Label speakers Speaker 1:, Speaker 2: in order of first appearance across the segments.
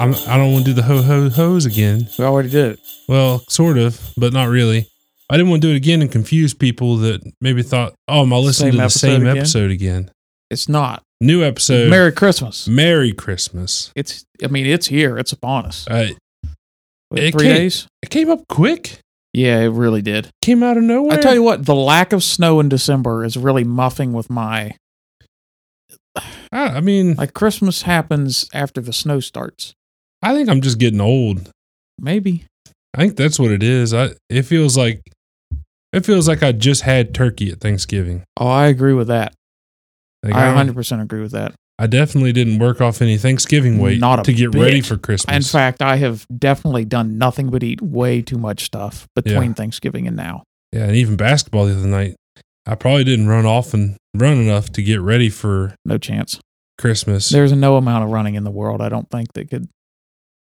Speaker 1: I don't want to do the ho ho ho's again.
Speaker 2: We already did it.
Speaker 1: Well, sort of, but not really. I didn't want to do it again and confuse people that maybe thought, "Oh, I'm listening
Speaker 2: Same
Speaker 1: to the
Speaker 2: episode
Speaker 1: same
Speaker 2: again?
Speaker 1: episode again."
Speaker 2: It's not.
Speaker 1: New episode.
Speaker 2: Merry Christmas.
Speaker 1: Merry Christmas.
Speaker 2: It's. I mean, it's here. It's upon us.
Speaker 1: Uh,
Speaker 2: What,
Speaker 1: it
Speaker 2: three
Speaker 1: can't-
Speaker 2: days.
Speaker 1: it came up quick.
Speaker 2: Yeah, it really did.
Speaker 1: Came out of nowhere.
Speaker 2: I tell you what, the lack of snow in December is really muffing with my
Speaker 1: I, I mean,
Speaker 2: like. Christmas happens after the snow starts.
Speaker 1: I think I'm just getting old.
Speaker 2: Maybe.
Speaker 1: I think that's what it is. I it feels like it feels like I just had turkey at Thanksgiving.
Speaker 2: Oh, I agree with that.
Speaker 1: Like,
Speaker 2: I
Speaker 1: I,
Speaker 2: 100 percent agree with that.
Speaker 1: I definitely didn't work off any Thanksgiving weight
Speaker 2: Not a
Speaker 1: to get ready
Speaker 2: bit.
Speaker 1: for Christmas.
Speaker 2: In fact, I have definitely done nothing but eat way too much stuff between Thanksgiving and now.
Speaker 1: yeah, and even basketball the other night, I probably didn't run off and run enough to get ready for
Speaker 2: No chance.
Speaker 1: Christmas.
Speaker 2: There's no amount of running in the world. I don't think that could.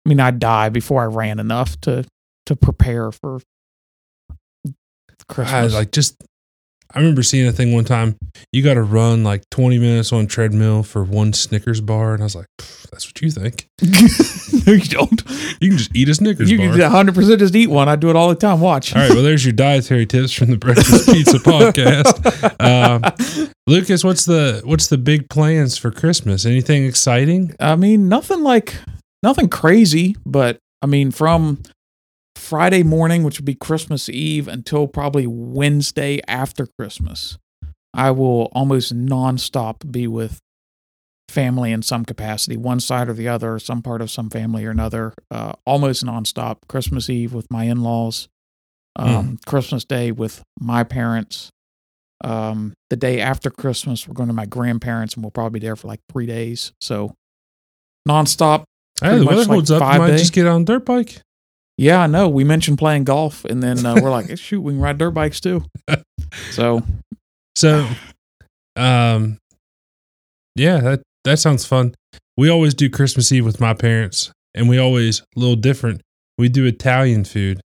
Speaker 2: I mean, I'd die before I ran enough to to prepare for
Speaker 1: I,
Speaker 2: Christmas.
Speaker 1: like just, I remember seeing a thing one time. You got to run like 20 minutes on treadmill for one Snickers bar, and I was like, "Pff, "That's what you think?
Speaker 2: no, you don't.
Speaker 1: You can just eat a Snickers
Speaker 2: You
Speaker 1: bar."
Speaker 2: can 100 percent just eat one. I do it all the time. Watch.
Speaker 1: All right, well, there's your dietary tips from the Breakfast Pizza podcast. Um, Lucas, what's the what's the big plans for Christmas? Anything exciting?
Speaker 2: I mean, nothing like nothing crazy, but I mean, from Friday morning, which would be Christmas Eve, until probably Wednesday after Christmas, I will almost nonstop be with family in some capacity, one side or the other, some part of some family or another, uh, almost nonstop. Christmas Eve with my in laws, um, Christmas Day with my parents. Um, the day after Christmas, we're going to my grandparents, and we'll probably be there for like three days. So, nonstop.
Speaker 1: Hey, the
Speaker 2: much
Speaker 1: weather
Speaker 2: like
Speaker 1: holds up. You
Speaker 2: five
Speaker 1: might
Speaker 2: day.
Speaker 1: just get on a dirt bike.
Speaker 2: Yeah, I know. We mentioned playing golf, and then uh, we're like, shoot, we can ride dirt bikes too. So,
Speaker 1: So, um, yeah, that that sounds fun. We always do Christmas Eve with my parents, and we always a little different. We do Italian food,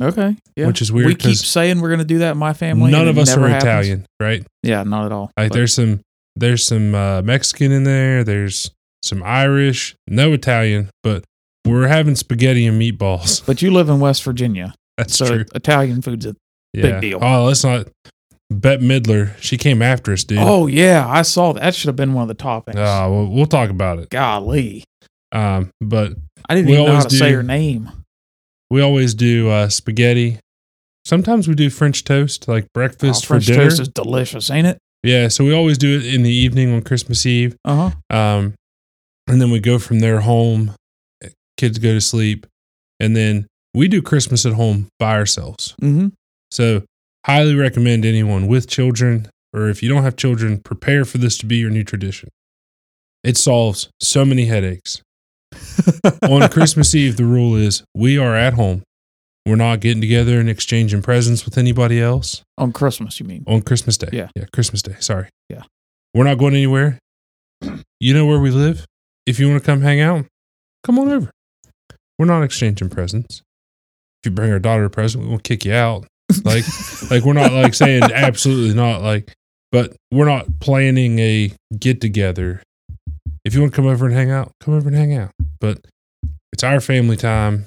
Speaker 2: okay. Yeah.
Speaker 1: which is weird
Speaker 2: we keep
Speaker 1: 'cause
Speaker 2: saying we're going to do that in my family.
Speaker 1: none
Speaker 2: and
Speaker 1: of
Speaker 2: it
Speaker 1: us are
Speaker 2: never happens.
Speaker 1: Italian, right?
Speaker 2: Yeah, not at all.
Speaker 1: Like
Speaker 2: But
Speaker 1: there's some there's some uh, Mexican in there. There's some Irish, no Italian, but we're having spaghetti and meatballs.
Speaker 2: but you live in West Virginia,
Speaker 1: That's
Speaker 2: so
Speaker 1: true.
Speaker 2: Italian food's a.
Speaker 1: Yeah.
Speaker 2: deal.
Speaker 1: Oh, let's not. Bette Midler, she came after us, dude. Oh,
Speaker 2: Oh yeah, I saw that. That should have been one of the topics.
Speaker 1: we'll, we'll talk about it.
Speaker 2: Golly,
Speaker 1: Um, but
Speaker 2: I didn't
Speaker 1: We
Speaker 2: even know how
Speaker 1: always
Speaker 2: to say
Speaker 1: do.
Speaker 2: her name.
Speaker 1: we always do uh, spaghetti. Sometimes we do French toast, like breakfast
Speaker 2: Oh,
Speaker 1: for
Speaker 2: French
Speaker 1: dinner.
Speaker 2: toast is delicious, ain't it?
Speaker 1: Yeah, so we always do it in the evening on Christmas Eve.
Speaker 2: Uh huh.
Speaker 1: Um, and then we go from there home. Kids go to sleep, and then we do Christmas at home by ourselves.
Speaker 2: Mm-hmm.
Speaker 1: So, highly recommend anyone with children, or if you don't have children, prepare for this to be your new tradition. It solves so many headaches. On Christmas Eve, the rule is we are at home. We're not getting together and exchanging presents with anybody else
Speaker 2: On Christmas, you mean?
Speaker 1: on Christmas Day.
Speaker 2: Yeah.
Speaker 1: Yeah. Christmas Day. Sorry.
Speaker 2: Yeah.
Speaker 1: We're not going anywhere. You know where we live. If you want to come hang out, come on over. We're not exchanging presents. If you bring our daughter a present, we won't kick you out. Like, like we're not like saying absolutely not. Like, but we're not planning a get together. If you want to come over and hang out, come over and hang out. But it's our family time.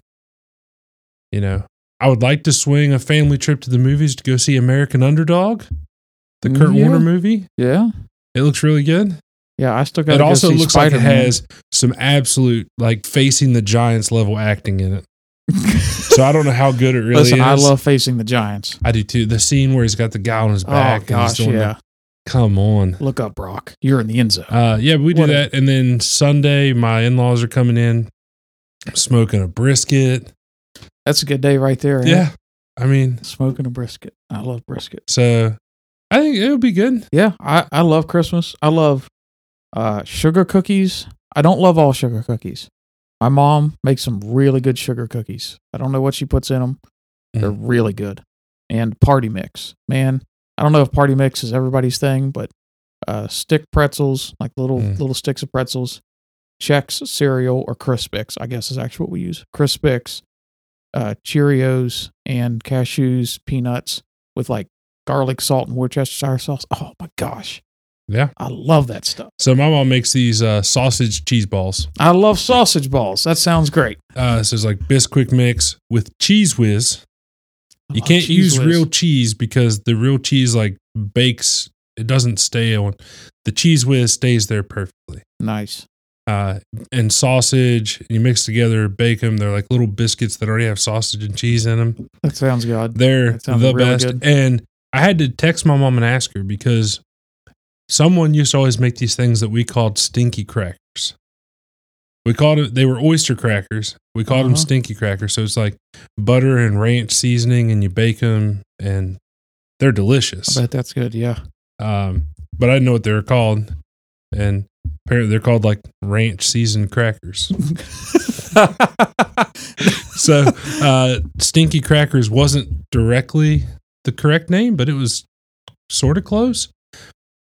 Speaker 1: You know, I would like to swing a family trip to the movies to go see American Underdog, the Kurt
Speaker 2: Yeah.
Speaker 1: Warner movie.
Speaker 2: Yeah,
Speaker 1: It looks really good.
Speaker 2: yeah. I still got.
Speaker 1: It also looks like it has some absolute like facing the Giants level acting in it. So I don't know how good it really
Speaker 2: Listen,
Speaker 1: is.
Speaker 2: I love facing the Giants.
Speaker 1: I do too. The scene where he's got the guy on his back.
Speaker 2: oh
Speaker 1: and he's
Speaker 2: gosh,
Speaker 1: doing
Speaker 2: yeah.
Speaker 1: the- come on.
Speaker 2: Look up, Brock. You're in the end zone.
Speaker 1: Uh, yeah, we do
Speaker 2: What a-
Speaker 1: that, and then Sunday my in laws are coming in, smoking a brisket.
Speaker 2: That's a good day right there. ain't
Speaker 1: Yeah, I mean,
Speaker 2: it? Smoking a brisket. I love brisket.
Speaker 1: so I think it'll be good.
Speaker 2: Yeah, I, I love Christmas. I love uh, sugar cookies. I don't love all sugar cookies. My mom makes some really good sugar cookies. I don't know what she puts in them. They're really good. And party mix. Man, I don't know if party mix is everybody's thing, but uh, stick pretzels, like little
Speaker 1: Mm.
Speaker 2: little sticks of pretzels, Chex cereal or Crispix, I guess is actually what we use. Crispix, uh, Cheerios, and cashews, peanuts with like garlic, salt, and Worcestershire sauce. Oh my gosh.
Speaker 1: Yeah.
Speaker 2: I love that stuff.
Speaker 1: So my mom makes these uh, sausage cheese balls.
Speaker 2: I love sausage balls. That sounds great.
Speaker 1: Uh, so it's like Bisquick mix with cheese whiz.
Speaker 2: I
Speaker 1: You
Speaker 2: love
Speaker 1: can't
Speaker 2: Oh, cheese
Speaker 1: use
Speaker 2: whiz.
Speaker 1: real cheese because the real cheese like bakes. It doesn't stay on. The cheese whiz stays there perfectly.
Speaker 2: Nice.
Speaker 1: Uh, and sausage, you mix together, bake them. They're like little biscuits that already have sausage and cheese in them.
Speaker 2: That sounds good.
Speaker 1: They're
Speaker 2: That sounds
Speaker 1: the
Speaker 2: really
Speaker 1: best.
Speaker 2: good.
Speaker 1: And I had to text my mom and ask her because someone used to always make these things that we called stinky crackers. We called it, they were oyster crackers. We called them
Speaker 2: Uh-huh.
Speaker 1: stinky crackers. So it's like butter and ranch seasoning, and you bake them, and they're delicious.
Speaker 2: I bet that's good. Yeah.
Speaker 1: Um, but I didn't know what they were called. And apparently they're called like ranch seasoned crackers. so uh, stinky crackers wasn't directly the correct name but it was sort of close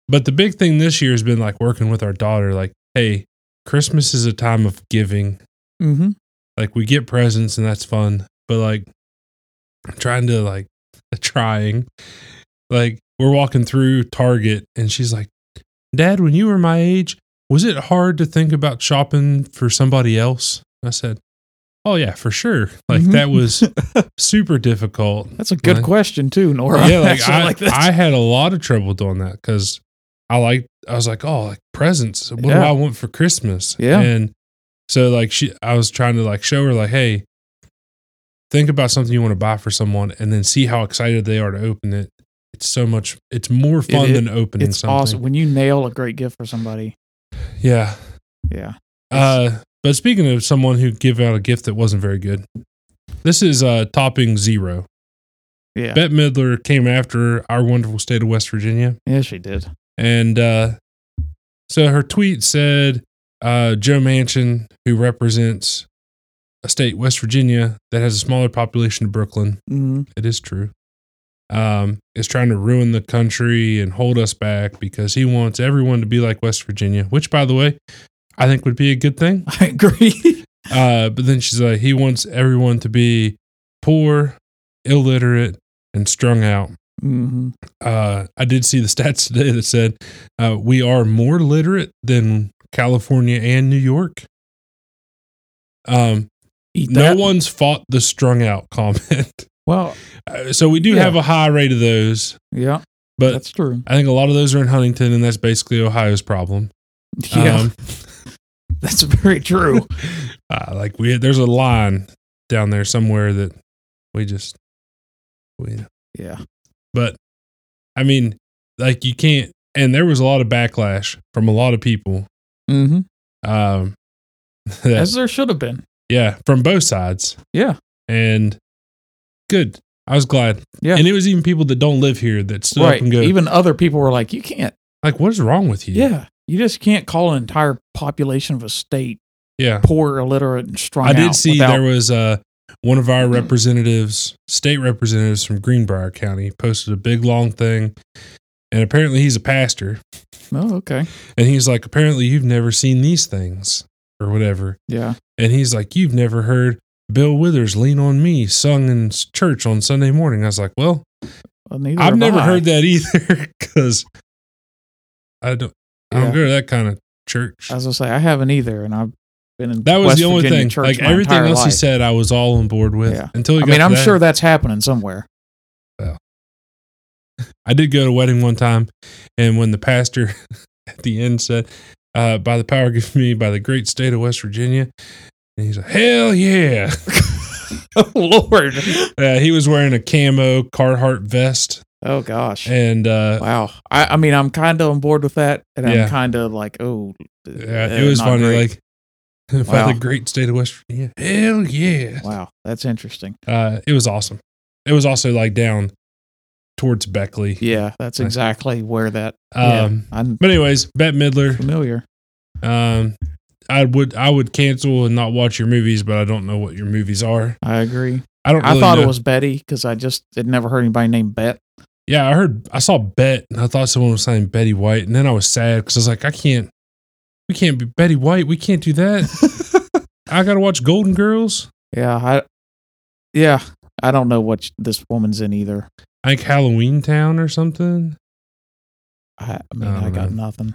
Speaker 1: but the big thing this year has been like working with our daughter like hey christmas is a time of giving
Speaker 2: mm-hmm.
Speaker 1: like we get presents and that's fun but like trying to like trying like we're walking through target and she's like dad when you were my age was it hard to think about shopping for somebody else i said oh yeah for sure like
Speaker 2: Mhm.
Speaker 1: that was super difficult
Speaker 2: That's a good
Speaker 1: Right.
Speaker 2: question too, Nora.
Speaker 1: yeah like
Speaker 2: Actually,
Speaker 1: I,
Speaker 2: that's-
Speaker 1: I had a lot of trouble doing that because i like i was like oh like presents what do
Speaker 2: Yeah.
Speaker 1: i want for christmas
Speaker 2: Yeah.
Speaker 1: and so like she i was trying to like show her like hey think about something you want to buy for someone and then see how excited they are to open it it's so much it's more fun
Speaker 2: i-
Speaker 1: than opening
Speaker 2: it's
Speaker 1: something
Speaker 2: awesome when you nail a great gift for somebody.
Speaker 1: yeah
Speaker 2: Yeah.
Speaker 1: uh but speaking of someone who gave out a gift that wasn't very good this is uh topping zero
Speaker 2: Yeah.
Speaker 1: bette midler came after our wonderful state of west virginia
Speaker 2: yeah, she did.
Speaker 1: And uh, so her tweet said uh, Joe Manchin, who represents a state, West Virginia, that has a smaller population than Brooklyn,
Speaker 2: Mm-hmm.
Speaker 1: it is true, um, is trying to ruin the country and hold us back because he wants everyone to be like West Virginia, which, by the way, I think would be a good thing.
Speaker 2: I agree.
Speaker 1: Uh, but then she's like, he wants everyone to be poor, illiterate, and strung out
Speaker 2: mm-hmm.
Speaker 1: uh, I did see the stats today that said uh, we are more literate than California and New York. Um,
Speaker 2: Eat
Speaker 1: no
Speaker 2: that.
Speaker 1: one's fought the strung out comment.
Speaker 2: Well,
Speaker 1: Uh, so we do
Speaker 2: Yeah.
Speaker 1: have a high rate of those,
Speaker 2: yeah,
Speaker 1: but
Speaker 2: that's true.
Speaker 1: I think a lot of those are in Huntington, and that's basically Ohio's problem.
Speaker 2: Yeah,
Speaker 1: Um,
Speaker 2: that's very true.
Speaker 1: uh, like we there's a line down there somewhere that we just we
Speaker 2: yeah.
Speaker 1: But I mean, like you can't. And there was a lot of backlash from a lot of people.
Speaker 2: Mm-hmm.
Speaker 1: Um, that-
Speaker 2: As there should have been.
Speaker 1: yeah, from both sides.
Speaker 2: Yeah.
Speaker 1: And good. I was glad.
Speaker 2: Yeah.
Speaker 1: And it was even people that don't live here that stood
Speaker 2: right.
Speaker 1: up and go,
Speaker 2: Even other people were like, you can't.
Speaker 1: like, what is wrong with you?
Speaker 2: Yeah. You just can't call an entire population of a state
Speaker 1: Yeah.
Speaker 2: poor, illiterate, and strung
Speaker 1: I did
Speaker 2: out
Speaker 1: see
Speaker 2: without- Mm-hmm.
Speaker 1: there was uh, one of our representatives, state representatives from Greenbrier County, posted a big long thing. And apparently he's a pastor.
Speaker 2: Oh, okay.
Speaker 1: And he's like, apparently you've never seen these things or whatever.
Speaker 2: Yeah.
Speaker 1: And he's like, You've never heard Bill Withers Lean on Me sung in s- church on Sunday morning. I was like, Well,
Speaker 2: Well, neither
Speaker 1: I've
Speaker 2: have
Speaker 1: never
Speaker 2: I.
Speaker 1: heard that either because I don't, I don't
Speaker 2: Yeah.
Speaker 1: go to that kind of church.
Speaker 2: As I say, I haven't either, and I've been in
Speaker 1: That was
Speaker 2: West
Speaker 1: the only
Speaker 2: Virginia
Speaker 1: thing.
Speaker 2: Church
Speaker 1: Like
Speaker 2: my
Speaker 1: everything
Speaker 2: entire
Speaker 1: else he
Speaker 2: life.
Speaker 1: said, I was all on board with
Speaker 2: Yeah.
Speaker 1: until he
Speaker 2: I mean,
Speaker 1: got
Speaker 2: I'm
Speaker 1: to that.
Speaker 2: sure that's happening somewhere.
Speaker 1: I did go to a wedding one time, and when the pastor at the end said, uh, "By the power given me by the great state of West Virginia," and he's like, "Hell yeah!"
Speaker 2: oh Lord.
Speaker 1: Uh, he was wearing a camo Carhartt vest,
Speaker 2: Oh gosh.
Speaker 1: and uh,
Speaker 2: Wow. I, I mean, I'm kind of on board with that, and
Speaker 1: Yeah.
Speaker 2: I'm kind of like, oh,
Speaker 1: yeah,
Speaker 2: uh,
Speaker 1: it was
Speaker 2: not
Speaker 1: funny.
Speaker 2: great.
Speaker 1: Like by
Speaker 2: Wow.
Speaker 1: the great state of West Virginia, hell yeah!
Speaker 2: wow, that's interesting.
Speaker 1: Uh, it was awesome. It was also like down towards Beckley.
Speaker 2: Yeah, that's
Speaker 1: Nice.
Speaker 2: exactly where that.
Speaker 1: Um,
Speaker 2: yeah, I'm
Speaker 1: But anyways, Bette Midler.
Speaker 2: familiar.
Speaker 1: Um, I would I would cancel and not watch your movies, but I don't know what your movies are.
Speaker 2: I agree.
Speaker 1: I don't.
Speaker 2: I
Speaker 1: Really
Speaker 2: thought
Speaker 1: know.
Speaker 2: it was Betty because I just had never heard anybody named Bet.
Speaker 1: Yeah, I heard. I saw Bet, and I thought someone was saying Betty White, and then I was sad because I was like, I can't. We can't be Betty White. We can't do that. I gotta watch Golden Girls.
Speaker 2: Yeah, I. Yeah, I don't know what sh- this woman's in either.
Speaker 1: I think Halloween Town or something.
Speaker 2: I, I mean,
Speaker 1: I don't
Speaker 2: I got
Speaker 1: know.
Speaker 2: nothing.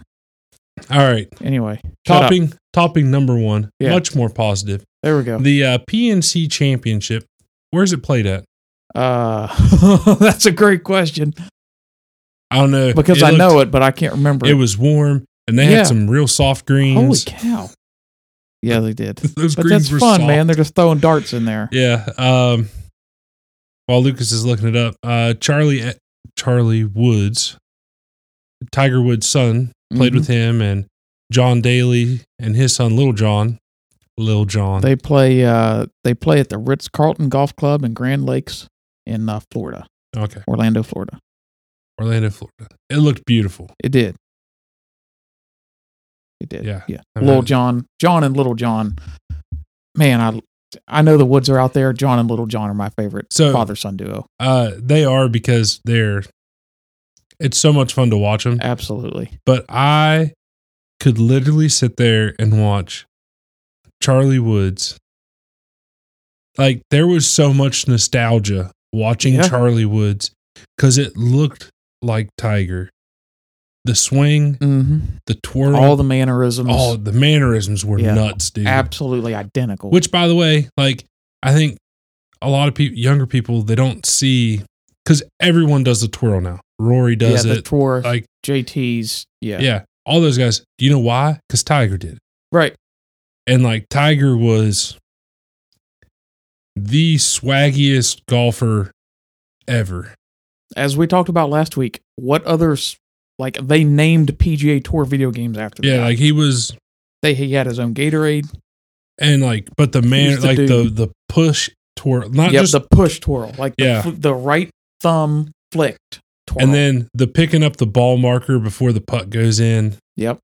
Speaker 1: All right.
Speaker 2: Anyway, shut up.
Speaker 1: Topping topping number one.
Speaker 2: Yeah.
Speaker 1: Much more positive.
Speaker 2: There we go.
Speaker 1: The uh, PNC Championship. Where's it played at?
Speaker 2: Uh, that's a great question
Speaker 1: I don't know
Speaker 2: because I know it, but I can't remember.
Speaker 1: It was warm, and they
Speaker 2: Yeah.
Speaker 1: had some real soft
Speaker 2: Holy
Speaker 1: greens.
Speaker 2: cow! Yeah, they did.
Speaker 1: Those
Speaker 2: But
Speaker 1: greens
Speaker 2: that's
Speaker 1: were
Speaker 2: fun,
Speaker 1: soft.
Speaker 2: man. They're just throwing darts in there.
Speaker 1: Yeah. Um, while Lucas is looking it up, uh, Charlie Charlie Woods, Tiger Woods' son, played
Speaker 2: Mhm.
Speaker 1: with him, and John Daly and his son Little John, Lil John.
Speaker 2: They play. Uh, they play at the Ritz Carlton Golf Club in Grand Lakes in uh, Florida,
Speaker 1: okay,
Speaker 2: Orlando, Florida.
Speaker 1: Orlando, Florida. It looked beautiful.
Speaker 2: It did. It did.
Speaker 1: Yeah.
Speaker 2: Yeah.
Speaker 1: I mean,
Speaker 2: Little John, John and Little John. Man, I I know the Woods are out there. John and Little John are my favorite
Speaker 1: So-
Speaker 2: father son duo.
Speaker 1: Uh, they are because they're. It's so much fun to watch them,
Speaker 2: Absolutely.
Speaker 1: but I could literally sit there and watch Charlie Woods. Like there was so much nostalgia watching
Speaker 2: Yeah.
Speaker 1: Charlie Woods because it looked like Tiger. The swing,
Speaker 2: hmm
Speaker 1: the twirl,
Speaker 2: All the mannerisms.
Speaker 1: Oh, Mm-hmm. the mannerisms were
Speaker 2: Yeah.
Speaker 1: nuts, dude.
Speaker 2: absolutely identical.
Speaker 1: Which, by the way, like I think a lot of people, younger people, they don't see because everyone does the twirl now. Rory does
Speaker 2: yeah, the
Speaker 1: it.
Speaker 2: tour
Speaker 1: like,
Speaker 2: JT's. Yeah.
Speaker 1: yeah. all those guys. Do you know why? Because Tiger did, it.
Speaker 2: Right.
Speaker 1: and like Tiger was the swaggiest golfer ever.
Speaker 2: As we talked about last week, what others like they named PGA Tour video games after.
Speaker 1: Yeah,
Speaker 2: that.
Speaker 1: like he was,
Speaker 2: they he had his own Gatorade.
Speaker 1: and like, but the man,
Speaker 2: the
Speaker 1: like
Speaker 2: dude.
Speaker 1: the the push twirl, not
Speaker 2: yep,
Speaker 1: just
Speaker 2: the push twirl, like the,
Speaker 1: Yeah.
Speaker 2: fl- the right thumb flicked twirl.
Speaker 1: and then the picking up the ball marker before the putt goes in.
Speaker 2: yep,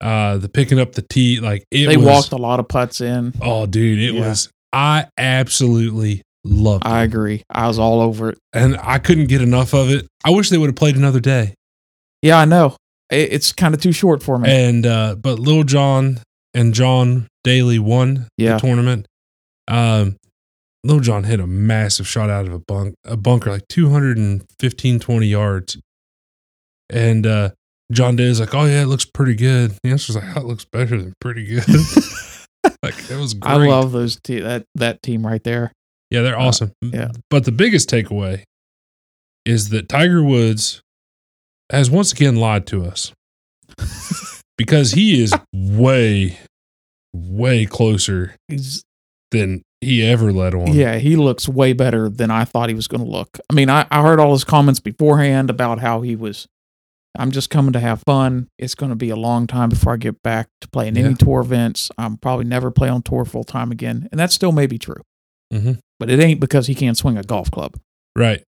Speaker 1: uh the picking up the tee like it
Speaker 2: they
Speaker 1: was
Speaker 2: walked a lot of putts in.
Speaker 1: oh dude it
Speaker 2: Yeah.
Speaker 1: was i absolutely loved
Speaker 2: I
Speaker 1: it
Speaker 2: agree. I was all over it.
Speaker 1: and i couldn't get enough of it i wish they would have played another day
Speaker 2: Yeah, I know. It, it's kind of too short for me.
Speaker 1: and uh but lil john and john daly won
Speaker 2: Yeah.
Speaker 1: the tournament um lil john hit a massive shot out of a bunk a bunker like 215 20 yards and uh john daly's like oh yeah it looks pretty good the answer's like oh, it looks better than pretty good like it was great
Speaker 2: I love those te- that that team right there.
Speaker 1: Yeah, they're
Speaker 2: Uh,
Speaker 1: awesome.
Speaker 2: yeah.
Speaker 1: But the biggest takeaway is that Tiger Woods has once again lied to us because he is way, way closer
Speaker 2: He's-
Speaker 1: than he ever let on.
Speaker 2: yeah, he looks way better than I thought he was going to look. I mean, I, I heard all his comments beforehand about how he was. I'm just coming to have fun. It's going to be a long time before I get back to playing any
Speaker 1: Yeah.
Speaker 2: tour events. I'm probably never play on tour full time again, and that still may be true.
Speaker 1: Mhm.
Speaker 2: But it ain't because he can't swing a golf club.
Speaker 1: Right.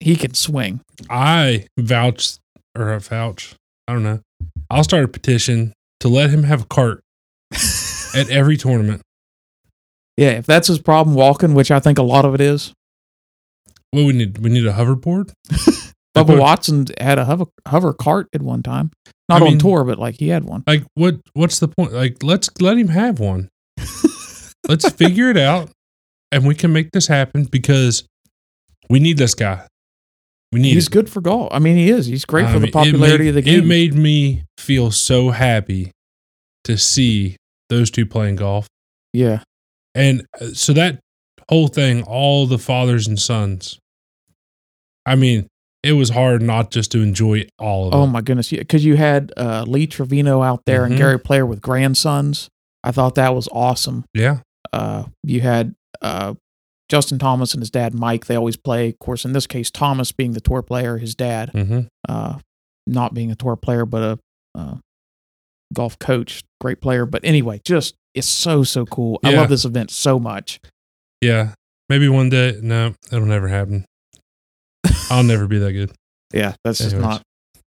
Speaker 2: He can swing.
Speaker 1: I vouch or I vouch. I don't know. I'll start a petition to let him have a cart at every tournament.
Speaker 2: Yeah, if that's his problem walking, which I think a lot of it is,
Speaker 1: What we need? We need a hoverboard. Like,
Speaker 2: Bubba
Speaker 1: what-
Speaker 2: Watson had a hover, hover cart at one time. Not
Speaker 1: I
Speaker 2: on
Speaker 1: mean-
Speaker 2: tour, but like he had one.
Speaker 1: Like what what's the point? Like let's let him have one. let's figure it out and we can make this happen because we need this guy. We need
Speaker 2: He's
Speaker 1: it.
Speaker 2: good for golf. I mean, he is. He's great
Speaker 1: I
Speaker 2: for
Speaker 1: mean,
Speaker 2: the
Speaker 1: it
Speaker 2: popularity
Speaker 1: made-
Speaker 2: of the game.
Speaker 1: It made me feel so happy to see those two playing golf.
Speaker 2: yeah.
Speaker 1: And uh, so that whole thing, all the fathers and sons. I mean, it was hard not just to enjoy all of
Speaker 2: Oh
Speaker 1: it.
Speaker 2: my goodness. Because you had uh, Lee Trevino out there and
Speaker 1: Mhm.
Speaker 2: Gary Player with grandsons. I thought that was awesome.
Speaker 1: Yeah.
Speaker 2: Uh, you had uh, Justin Thomas and his dad Mike. They always play. Of course, in this case, Thomas being the tour player, his dad
Speaker 1: hmm
Speaker 2: uh, not being a tour player, but a uh, golf coach, great player. But anyway, just it's so so cool. I
Speaker 1: Yeah.
Speaker 2: love this event so much.
Speaker 1: Yeah. Maybe one day. No, that'll never happen. I'll never be that good.
Speaker 2: Yeah, that's just
Speaker 1: Anyways.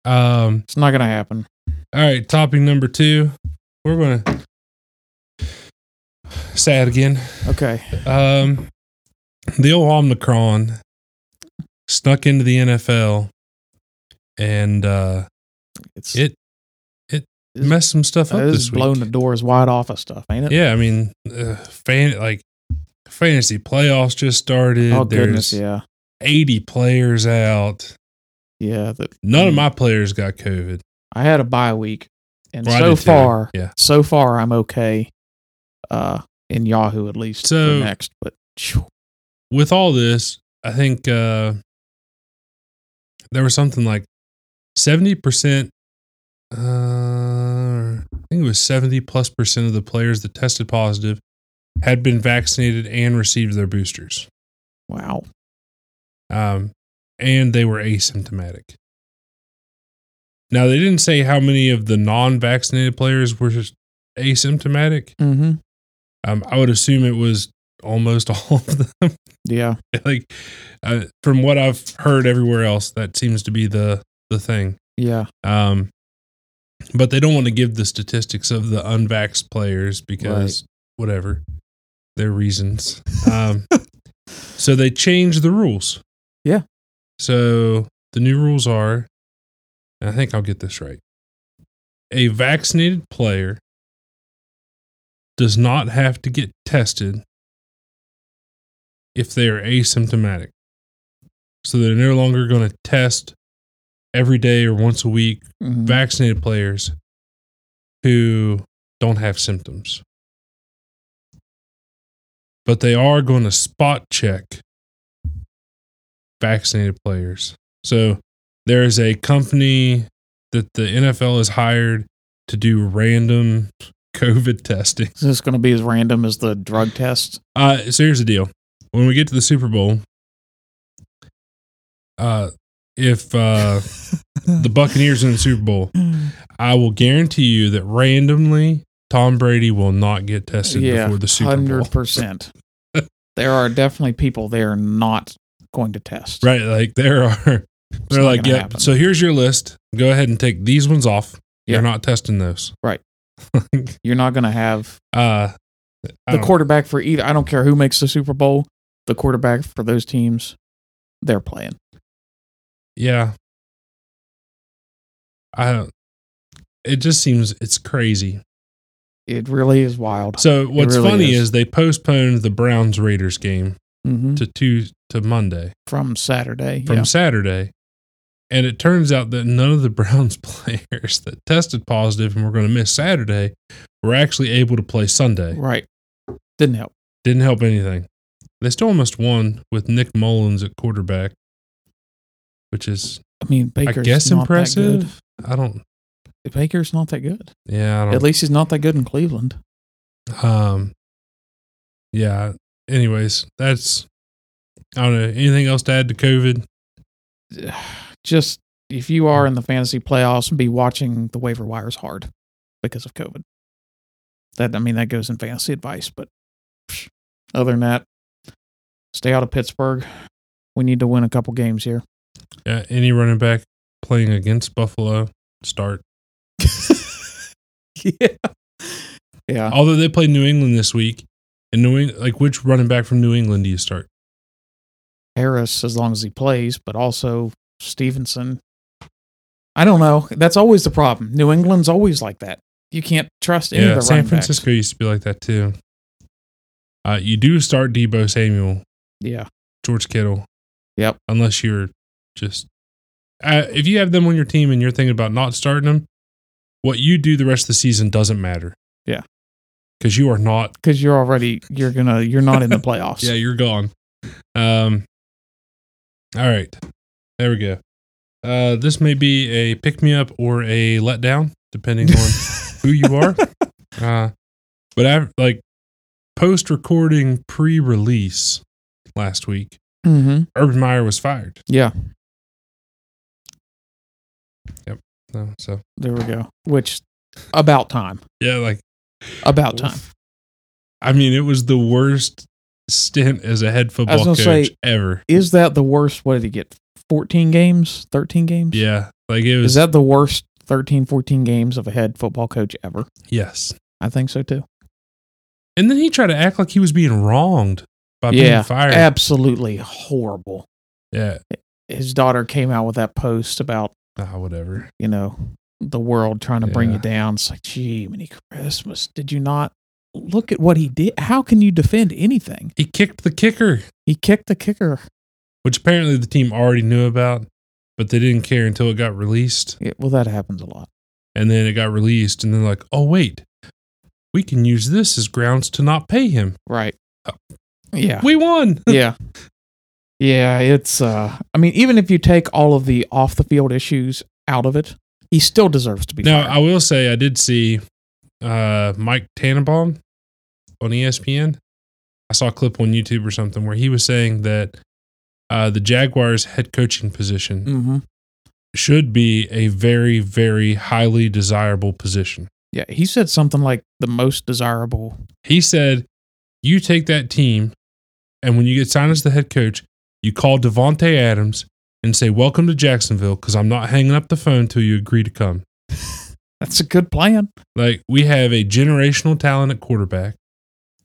Speaker 2: not
Speaker 1: Um,
Speaker 2: it's not gonna happen.
Speaker 1: All right, topic number two. We're gonna sad again.
Speaker 2: Okay,
Speaker 1: Um, the old Omicron snuck into the NFL, and uh,
Speaker 2: it's
Speaker 1: It- messed some stuff up
Speaker 2: it's
Speaker 1: this week.
Speaker 2: blown the doors wide off of stuff, ain't it?
Speaker 1: Yeah, I mean, uh, fan like fantasy playoffs just started.
Speaker 2: Oh
Speaker 1: There's
Speaker 2: goodness, yeah.
Speaker 1: eighty players out.
Speaker 2: Yeah, the,
Speaker 1: None of my players got COVID.
Speaker 2: I had a bye week, and
Speaker 1: Well, I
Speaker 2: so
Speaker 1: did too.
Speaker 2: far,
Speaker 1: Yeah.
Speaker 2: so far I'm okay. Uh, in Yahoo at least
Speaker 1: So-
Speaker 2: for next, but phew,
Speaker 1: With all this, I think uh, there was something like 70%. Uh, I think it was 70 plus percent of the players that tested positive had been vaccinated and received their boosters.
Speaker 2: wow,
Speaker 1: um, and they were asymptomatic. Now they didn't say how many of the non-vaccinated players were just asymptomatic.
Speaker 2: mm-hmm.
Speaker 1: Um, I would assume it was almost all of them.
Speaker 2: yeah,
Speaker 1: like uh, from what I've heard everywhere else, that seems to be the the thing.
Speaker 2: yeah,
Speaker 1: Um, but they don't want to give the statistics of the unvaxxed players because whatever their reasons. Um, so they changed the rules.
Speaker 2: Yeah.
Speaker 1: So the new rules are, and I think I'll get this right. A vaccinated player does not have to get tested if they are asymptomatic. So they're no longer going to test every day or once a week
Speaker 2: mhm.
Speaker 1: vaccinated players who don't have symptoms. But they are going to spot check vaccinated players. So there is a company that the NFL has hired to do random COVID testing.
Speaker 2: Is this going to be as random as the drug test?
Speaker 1: Uh, so here's the deal: when we get to the Super Bowl, uh, if uh, the Buccaneers are in the Super Bowl, I will guarantee you that randomly Tom Brady will not get tested
Speaker 2: yeah,
Speaker 1: before the Super Bowl.
Speaker 2: hundred percent. There are definitely people they are not going to test.
Speaker 1: Right? Like there are, they're
Speaker 2: not
Speaker 1: like,
Speaker 2: gonna
Speaker 1: yeah.
Speaker 2: happen."
Speaker 1: So here's your list. Go ahead and take these ones off.
Speaker 2: Yeah.
Speaker 1: You're not testing those.
Speaker 2: Right. You're not going to have
Speaker 1: uh, I
Speaker 2: the
Speaker 1: don't-
Speaker 2: quarterback for either. I don't care who makes the Super Bowl. The quarterback for those teams, they're playing.
Speaker 1: Yeah. I don't. It just seems it's crazy.
Speaker 2: It really is wild.
Speaker 1: So what's
Speaker 2: really
Speaker 1: funny
Speaker 2: is.
Speaker 1: is. they postponed the Browns Raiders game
Speaker 2: hmm
Speaker 1: to two to Monday
Speaker 2: From Saturday,
Speaker 1: from
Speaker 2: yeah.
Speaker 1: Saturday. And it turns out that none of the Browns players that tested positive and were going to miss Saturday were actually able to play Sunday.
Speaker 2: right, didn't help.
Speaker 1: Didn't help anything. They still almost won with Nick Mullins at quarterback, which is
Speaker 2: I mean, Baker's
Speaker 1: I guess
Speaker 2: not impressive.
Speaker 1: impressive. I don't.
Speaker 2: Baker's not that good.
Speaker 1: Yeah, I don't.
Speaker 2: At least he's not that good in Cleveland.
Speaker 1: Um, yeah. Anyways, that's I don't know anything else to add to COVID.
Speaker 2: Just if you are in the fantasy playoffs, be watching the waiver wires hard because of COVID. That I mean, that goes in fantasy advice, but psh, other than that, stay out of Pittsburgh. We need to win a couple games here.
Speaker 1: Uh, any running back playing against Buffalo start.
Speaker 2: yeah, yeah.
Speaker 1: Although they play New England this week, and New England, like which running back from New England do you start?
Speaker 2: Harris as long as he plays, but also Stevenson. I don't know. That's always the problem. New England's always like that. You can't trust any of
Speaker 1: Yeah,
Speaker 2: the
Speaker 1: San
Speaker 2: running backs.
Speaker 1: Francisco used to be like that too. Uh, you do start Debo Samuel,
Speaker 2: Yeah.
Speaker 1: George Kittle.
Speaker 2: Yep.
Speaker 1: Unless you're just uh, if you have them on your team and you're thinking about not starting them, what you do the rest of the season doesn't matter.
Speaker 2: Yeah.
Speaker 1: Because you are not
Speaker 2: because you're already you're gonna you're not in the playoffs.
Speaker 1: Yeah, you're gone. Um, all right, there we go. Uh, this may be a pick me up or a letdown, depending on who you are. Uh, but I like post recording pre release last week.
Speaker 2: mm-hmm.
Speaker 1: Urban Meyer was fired.
Speaker 2: Yeah,
Speaker 1: So, so
Speaker 2: there we go. Which about time.
Speaker 1: yeah, like
Speaker 2: About time.
Speaker 1: I mean, it was the worst stint as a head football
Speaker 2: gonna
Speaker 1: coach
Speaker 2: say-
Speaker 1: ever.
Speaker 2: Is that the worst? What did he get? 14 games? 13 games?
Speaker 1: Yeah, like it was.
Speaker 2: Is that the worst 13, 14 games of a head football coach ever?
Speaker 1: yes?
Speaker 2: I think so too.
Speaker 1: And then he tried to act like he was being wronged by
Speaker 2: Yeah,
Speaker 1: being fired.
Speaker 2: Absolutely horrible.
Speaker 1: yeah.
Speaker 2: His daughter came out with that post about,
Speaker 1: Ah, whatever.
Speaker 2: you know, the world trying to bring
Speaker 1: Yeah.
Speaker 2: you down. It's like, gee, many Christmas. Did you not look at what he did? How can you defend anything?
Speaker 1: He kicked the kicker,
Speaker 2: He kicked the kicker.
Speaker 1: which apparently the team already knew about. but they didn't care until it got released.
Speaker 2: Yeah, well, that happens a lot.
Speaker 1: And then it got released, and they're like, oh, wait, we can use this as grounds to not pay him.
Speaker 2: Right.
Speaker 1: Oh.
Speaker 2: Yeah.
Speaker 1: We won.
Speaker 2: yeah. Yeah, it's uh I mean, even if you take all of the off the field issues out of it, he still deserves to be
Speaker 1: Now,
Speaker 2: fired.
Speaker 1: I will say I did see uh, Mike Tannenbaum on E ESPN. I saw a clip on YouTube or something where he was saying that uh, the Jaguars' head coaching position
Speaker 2: Mhm.
Speaker 1: should be a very, very highly desirable position.
Speaker 2: Yeah, he said something like the most desirable.
Speaker 1: He said, You take that team, and when you get signed as the head coach, you call Devontae Adams and say, Welcome to Jacksonville, because I'm not hanging up the phone till you agree to come.
Speaker 2: That's a good plan.
Speaker 1: Like, we have a generational talent at quarterback.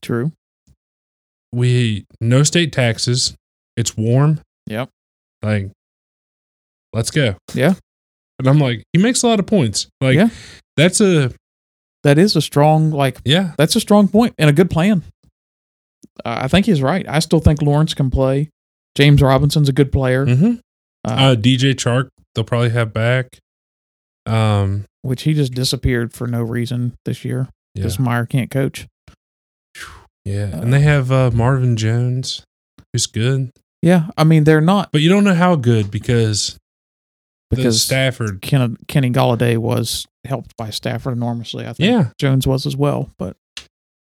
Speaker 2: True.
Speaker 1: we no state taxes. It's warm.
Speaker 2: Yep.
Speaker 1: Like, let's go.
Speaker 2: Yeah.
Speaker 1: And I'm like, he makes a lot of points. Like,
Speaker 2: Yeah.
Speaker 1: that's a
Speaker 2: That is a strong like
Speaker 1: yeah.
Speaker 2: that's a strong point and a good plan. Uh, I think he's right. I still think Lawrence can play. James Robinson's a good player,
Speaker 1: Mm-hmm.
Speaker 2: uh,
Speaker 1: Uh, DJ Chark, they'll probably have back. Um,
Speaker 2: which he just disappeared for no reason this year
Speaker 1: yeah,
Speaker 2: because Meyer can't coach.
Speaker 1: yeah, and they
Speaker 2: Um,
Speaker 1: have uh, Marvin Jones, who's good,
Speaker 2: Yeah, I mean they're not
Speaker 1: but you don't know how good because because
Speaker 2: because
Speaker 1: Stafford,
Speaker 2: Ken, Kenny Galladay was helped by Stafford enormously. I think
Speaker 1: yeah,
Speaker 2: Jones was as well, but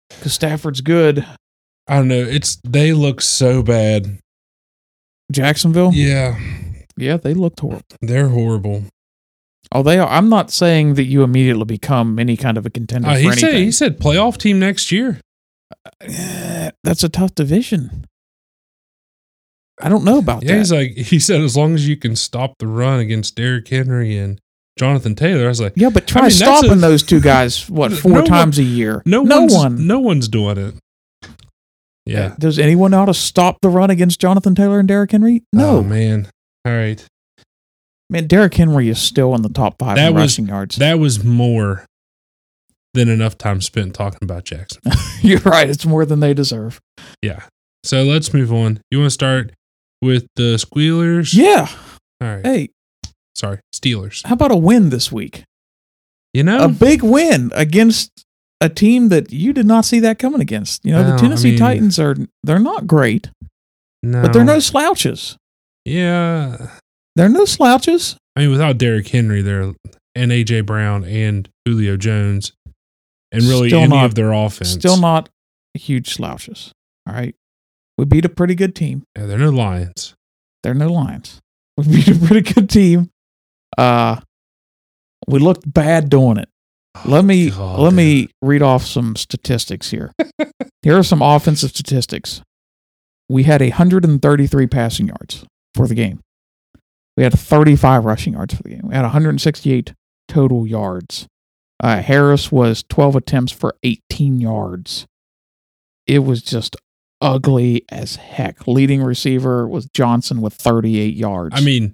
Speaker 2: because Stafford's good,
Speaker 1: I don't know. It's they look so bad.
Speaker 2: Jacksonville, yeah,
Speaker 1: Yeah,
Speaker 2: they looked horrible.
Speaker 1: they're horrible.
Speaker 2: Oh, they are. I'm not saying that you immediately become any kind of a contender.
Speaker 1: Uh,
Speaker 2: for
Speaker 1: he said
Speaker 2: anything.
Speaker 1: he said playoff team next year.
Speaker 2: Eh, that's a tough division. I don't know about
Speaker 1: Yeah,
Speaker 2: that.
Speaker 1: he's like he said, as long as you can stop the run against Derrick Henry and Jonathan Taylor, I was like,
Speaker 2: yeah, but try
Speaker 1: I mean, that's
Speaker 2: stopping
Speaker 1: a-
Speaker 2: those two guys what
Speaker 1: No
Speaker 2: four
Speaker 1: one-
Speaker 2: times a year.
Speaker 1: no,
Speaker 2: no
Speaker 1: one's,
Speaker 2: one.
Speaker 1: no one's doing it. Yeah,
Speaker 2: Does anyone know how to stop the run against Jonathan Taylor and Derrick Henry? No.
Speaker 1: Oh,
Speaker 2: man.
Speaker 1: man. All right,
Speaker 2: Derrick Henry is still in the top five
Speaker 1: That
Speaker 2: in
Speaker 1: was-
Speaker 2: rushing yards.
Speaker 1: that was more than enough time spent talking about Jackson.
Speaker 2: You're right. It's more than they deserve.
Speaker 1: yeah, so let's move on. You want to start with the squealers?
Speaker 2: Yeah.
Speaker 1: All right.
Speaker 2: Hey,
Speaker 1: Sorry, Steelers.
Speaker 2: how about a win this week?
Speaker 1: You know,
Speaker 2: A big win against a team that you did not see that coming against. You know,
Speaker 1: Well, I
Speaker 2: the Tennessee
Speaker 1: mean-
Speaker 2: Titans are they're not great,
Speaker 1: no.
Speaker 2: but they're no slouches.
Speaker 1: Yeah,
Speaker 2: They're no slouches.
Speaker 1: I mean, without Derrick Henry there and AJ Brown and Julio Jones, and really
Speaker 2: Still
Speaker 1: any
Speaker 2: not-
Speaker 1: of their offense,
Speaker 2: Still not huge slouches. All right. We beat a pretty good team.
Speaker 1: Yeah, they're no Lions.
Speaker 2: They're no Lions. We beat a pretty good team. Uh we looked bad doing it. Oh, Let me
Speaker 1: Oh, God,
Speaker 2: let
Speaker 1: dude.
Speaker 2: me read off some statistics here. here are some offensive statistics. We had 133 passing yards for the game. We had 35 rushing yards for the game. We had 168 total yards. Uh, Harris was 12 attempts for 18 yards. It was just ugly as heck. Leading receiver was Johnson with 38 yards.
Speaker 1: I mean,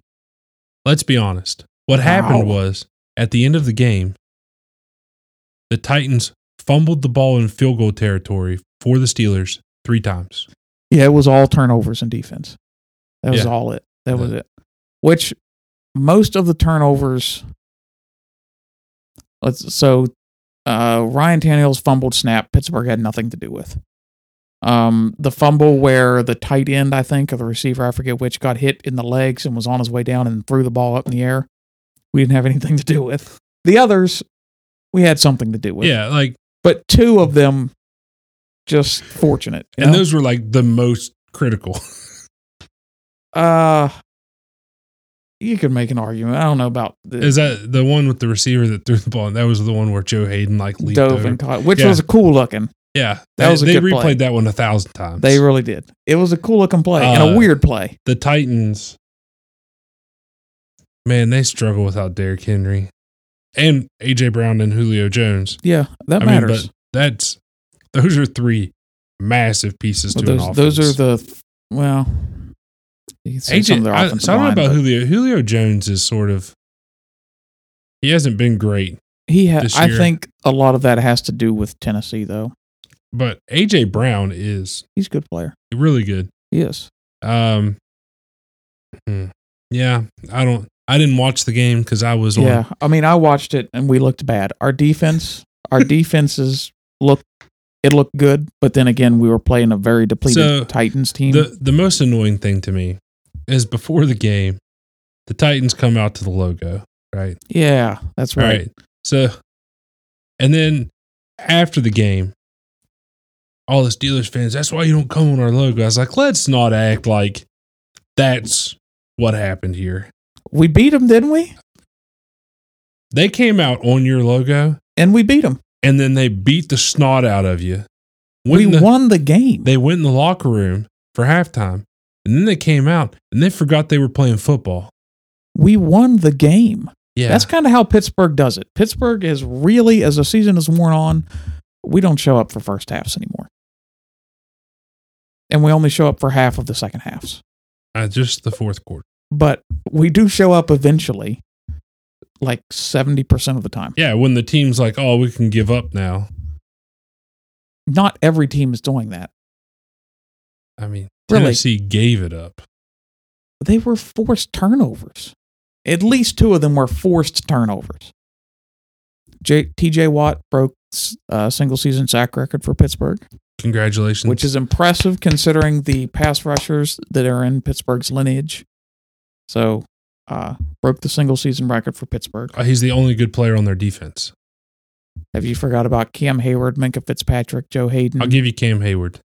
Speaker 1: let's be honest. What happened
Speaker 2: Wow.
Speaker 1: was at the end of the game, the Titans fumbled the ball in field goal territory for the Steelers three times.
Speaker 2: Yeah, it was all turnovers and defense. That was
Speaker 1: Yeah.
Speaker 2: all it. That was
Speaker 1: Yeah.
Speaker 2: it. Which most of the turnovers. Let's so uh, Ryan Tannehill's fumbled snap Pittsburgh had nothing to do with. Um, the fumble where the tight end I think or the receiver I forget which got hit in the legs and was on his way down and threw the ball up in the air. We didn't have anything to do with the others. We had something to do with.
Speaker 1: yeah, like,
Speaker 2: but two of them just fortunate. you
Speaker 1: and
Speaker 2: know?
Speaker 1: those were like the most critical.
Speaker 2: Uh you could make an argument. I don't know about the
Speaker 1: Is that the one with the receiver that threw the ball? And that was the one where Joe Hayden like leaped
Speaker 2: dove
Speaker 1: over.
Speaker 2: and caught, which
Speaker 1: Yeah.
Speaker 2: was a cool looking.
Speaker 1: Yeah,
Speaker 2: That
Speaker 1: they,
Speaker 2: was a
Speaker 1: they
Speaker 2: good
Speaker 1: replayed
Speaker 2: play.
Speaker 1: that one a thousand times.
Speaker 2: They really did. It was a cool looking play and
Speaker 1: Uh,
Speaker 2: a weird play.
Speaker 1: the Titans, man, they struggle without Derrick Henry and AJ Brown and Julio Jones.
Speaker 2: Yeah, that
Speaker 1: I mean,
Speaker 2: matters.
Speaker 1: but that's those are three massive pieces
Speaker 2: But
Speaker 1: to an
Speaker 2: those,
Speaker 1: offense.
Speaker 2: those are the well. You can see some of
Speaker 1: AJ.
Speaker 2: their
Speaker 1: I,
Speaker 2: offensive
Speaker 1: so I don't know
Speaker 2: line,
Speaker 1: about
Speaker 2: but
Speaker 1: Julio. Julio Jones is sort of he hasn't been great,
Speaker 2: he. Ha-
Speaker 1: this
Speaker 2: I
Speaker 1: year.
Speaker 2: think a lot of that has to do with Tennessee, though.
Speaker 1: but AJ Brown is
Speaker 2: He's a good player.
Speaker 1: really good.
Speaker 2: He is.
Speaker 1: Um, hmm. yeah, I don't. I didn't watch the game because I was on.
Speaker 2: Yeah, I mean, I watched it and we looked bad. Our defense, our defenses looked it looked good, but then again, we were playing a very depleted
Speaker 1: So,
Speaker 2: Titans team.
Speaker 1: The the most annoying thing to me is before the game, the Titans come out to the logo, right?
Speaker 2: yeah, that's
Speaker 1: All
Speaker 2: right.
Speaker 1: right. So, and then after the game, all this Steelers fans, that's why you don't come on our logo. I was like, let's not act like that's what happened here.
Speaker 2: We beat them, didn't we?
Speaker 1: They came out on your logo
Speaker 2: And we beat them.
Speaker 1: and then they beat the snot out of you. When
Speaker 2: We
Speaker 1: the,
Speaker 2: won the game.
Speaker 1: They went in the locker room for halftime and then they came out and they forgot they were playing football.
Speaker 2: we won the game.
Speaker 1: Yeah.
Speaker 2: That's kind of how Pittsburgh does it. Pittsburgh is really, as the season is worn on, we don't show up for first halves anymore. And we only show up for half of the second halves.
Speaker 1: uh, just the fourth quarter.
Speaker 2: But we do show up eventually, like 70% of the time.
Speaker 1: Yeah. When the team's like, oh, we can give up now.
Speaker 2: Not every team is doing that.
Speaker 1: I mean,
Speaker 2: Really?
Speaker 1: Tennessee gave it up.
Speaker 2: They were forced turnovers. At least two of them were forced turnovers. J- TJ Watt broke uh, single season sack record for Pittsburgh.
Speaker 1: Congratulations.
Speaker 2: which is impressive considering the pass rushers that are in Pittsburgh's lineage. So, uh, broke the single season record for Pittsburgh.
Speaker 1: Uh, he's the only good player on their defense.
Speaker 2: Have you forgot about Cam Hayward, Minka Fitzpatrick, Joe Hayden?
Speaker 1: I'll give you Cam Hayward.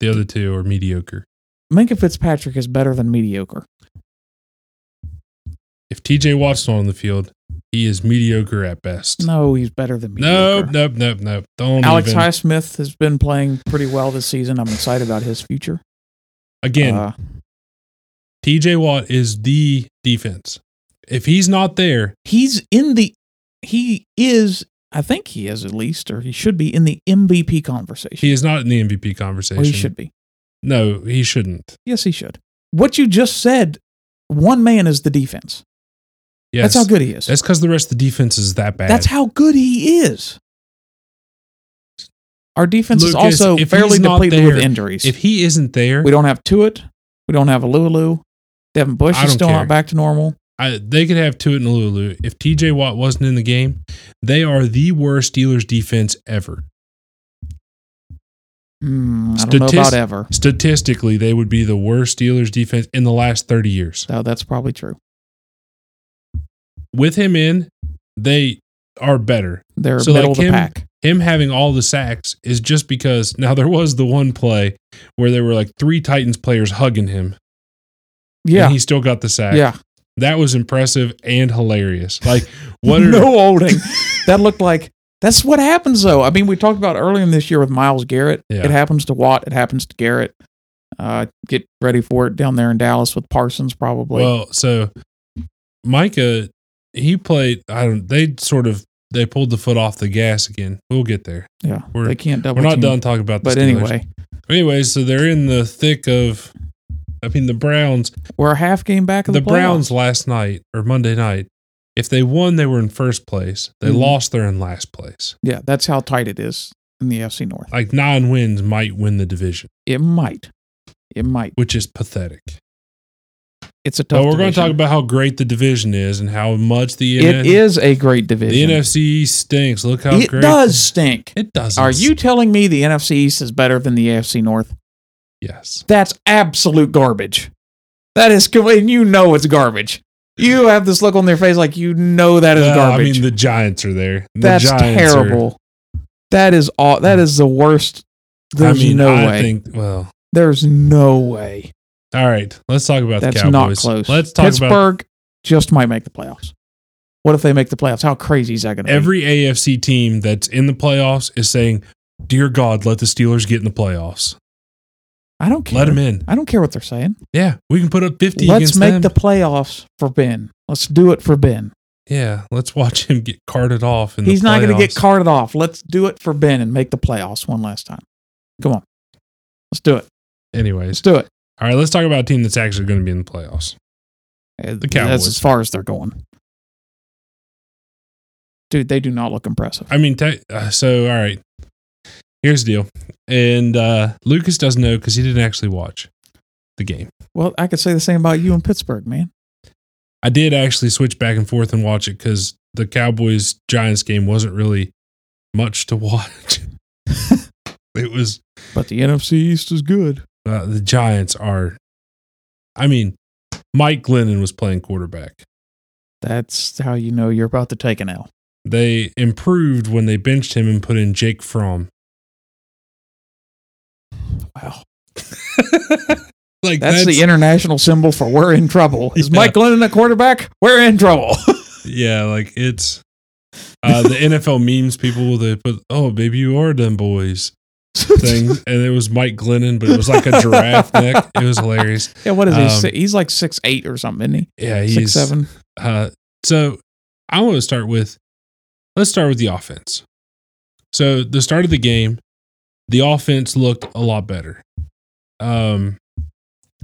Speaker 1: The other two are mediocre.
Speaker 2: Minka Fitzpatrick is better than mediocre.
Speaker 1: If TJ Watt's not on the field, he is mediocre at best.
Speaker 2: No, he's better than mediocre.
Speaker 1: Nope, nope, nope, nope. Don't
Speaker 2: Alex
Speaker 1: even.
Speaker 2: Highsmith has been playing pretty well this season. I'm excited about his future.
Speaker 1: Again,
Speaker 2: Uh,
Speaker 1: TJ Watt is the defense. If he's not there,
Speaker 2: he's in the, he is, I think he is at least, or he should be in the MVP conversation.
Speaker 1: he is not in the MVP conversation.
Speaker 2: Or he should be.
Speaker 1: No, he shouldn't.
Speaker 2: Yes, he should. What you just said, one man is the defense.
Speaker 1: Yes.
Speaker 2: That's how good he is. That's,
Speaker 1: That's because the rest of the defense is that bad.
Speaker 2: how good he is. Our defense is
Speaker 1: Lucas,
Speaker 2: also
Speaker 1: if
Speaker 2: fairly
Speaker 1: he's not
Speaker 2: depleted
Speaker 1: there,
Speaker 2: with injuries.
Speaker 1: if he isn't there,
Speaker 2: we don't have Tuitt. We don't have a Lulu. Devin Bush
Speaker 1: I
Speaker 2: is
Speaker 1: don't
Speaker 2: still
Speaker 1: care.
Speaker 2: not back to normal.
Speaker 1: I, they could have two and Lulu. If TJ Watt wasn't in the game, they are the worst Steelers defense ever.
Speaker 2: Hmm, I don't know about
Speaker 1: Statist-
Speaker 2: ever.
Speaker 1: Statistically, they would be the worst Steelers defense in the last 30 years.
Speaker 2: So that's probably true.
Speaker 1: With him in, they are better.
Speaker 2: They're
Speaker 1: So,
Speaker 2: middle
Speaker 1: like,
Speaker 2: of the
Speaker 1: him-
Speaker 2: pack.
Speaker 1: Him having all the sacks is just because now there was the one play where there were like three Titans players hugging him. And
Speaker 2: Yeah.
Speaker 1: he still got the sack.
Speaker 2: Yeah.
Speaker 1: That was impressive and hilarious. Like, what are
Speaker 2: no holding. that looked like that's what happens though. I mean, we talked about earlier in this year with Miles Garrett.
Speaker 1: Yeah.
Speaker 2: It happens to Watt. It happens to Garrett. Uh, get ready for it down there in Dallas with Parsons probably.
Speaker 1: Well, so Micah, he played. I don't. They sort of they pulled the foot off the gas again. We'll get there.
Speaker 2: yeah,
Speaker 1: we're-
Speaker 2: they can't double.
Speaker 1: We're not
Speaker 2: team.
Speaker 1: done talking about. The
Speaker 2: But
Speaker 1: Steelers.
Speaker 2: anyway,
Speaker 1: anyway, so they're in the thick of. I mean, the Browns.
Speaker 2: we're a half game back of
Speaker 1: The,
Speaker 2: the,
Speaker 1: Browns
Speaker 2: playoffs.
Speaker 1: last night or Monday night. If they won, they were in first place. They
Speaker 2: Mhm.
Speaker 1: lost, they're in last place.
Speaker 2: Yeah, that's how tight it is in the FC North.
Speaker 1: Like nine wins might win the division,
Speaker 2: It might. It might.
Speaker 1: which is pathetic.
Speaker 2: It's a tough.
Speaker 1: But we're going to
Speaker 2: division.
Speaker 1: talk about how great the division is and how much the
Speaker 2: It
Speaker 1: NF
Speaker 2: is a great
Speaker 1: the
Speaker 2: division.
Speaker 1: NFC stinks. Look how
Speaker 2: it
Speaker 1: great
Speaker 2: does stink.
Speaker 1: It doesn't.
Speaker 2: Are you telling me the NFC East is better than the AFC North?
Speaker 1: Yes.
Speaker 2: That's absolute garbage. That is, com- and you know it's garbage. You have this look on their face like you know that is
Speaker 1: Uh, I
Speaker 2: garbage.
Speaker 1: mean, the Giants are there. The
Speaker 2: That's
Speaker 1: Giants are-
Speaker 2: terrible. That is all. That is the worst. There's
Speaker 1: I mean,
Speaker 2: no
Speaker 1: I
Speaker 2: way.
Speaker 1: think. Well,
Speaker 2: There's no way.
Speaker 1: all right. Let's talk about
Speaker 2: That's
Speaker 1: the Cowboys.
Speaker 2: not close.
Speaker 1: Let's talk about
Speaker 2: Pittsburgh just might make the playoffs. What if they make the playoffs? How crazy is that going to be?
Speaker 1: every AFC team that's in the playoffs is saying, "Dear God, let the Steelers get in the playoffs.
Speaker 2: I don't care.
Speaker 1: Let them in.
Speaker 2: I don't care what they're saying.
Speaker 1: Yeah, we can put up 50
Speaker 2: Let's
Speaker 1: against
Speaker 2: make
Speaker 1: them.
Speaker 2: the playoffs for Ben. Let's do it for Ben.
Speaker 1: yeah, let's watch him get carted off. In the
Speaker 2: He's not going to get
Speaker 1: playoffs.
Speaker 2: carted off. Let's do it for Ben and make the playoffs one last time. Come on. Let's do it. Let's
Speaker 1: Anyways,
Speaker 2: do it.
Speaker 1: all right. Let's talk about a team that's actually going to be in the playoffs.
Speaker 2: The
Speaker 1: Cowboys.
Speaker 2: That's as far as they're going. Dude, they do not look impressive.
Speaker 1: I mean, te- uh, so all right. Here's the deal, and uh, Lucas doesn't know because he didn't actually watch the game.
Speaker 2: Well, I could say the same about you in Pittsburgh, man.
Speaker 1: I did actually switch back and forth and watch it because the Cowboys Giants game wasn't really much to watch. it was
Speaker 2: But the NFC East is good.
Speaker 1: uh, the Giants are. I mean, Mike Glennon was playing quarterback.
Speaker 2: That's how you know you're about to take an L.
Speaker 1: They improved when they benched him and put in Jake Fromm.
Speaker 2: Wow.
Speaker 1: like
Speaker 2: That's, the international symbol for we're in trouble. Is
Speaker 1: Yeah.
Speaker 2: Mike Glennon a quarterback? We're in trouble.
Speaker 1: yeah, like it's uh, the NFL memes people they put oh baby you are them boys thing and it was Mike Glennon but it was like a giraffe neck. It was hilarious.
Speaker 2: yeah, what is he?
Speaker 1: Um,
Speaker 2: Si- he's like six eight or something, isn't
Speaker 1: Yeah,
Speaker 2: he?
Speaker 1: he's
Speaker 2: Six seven.
Speaker 1: Uh, so I want to start with let's start with the offense. So the start of the game, the offense looked a lot better. Um,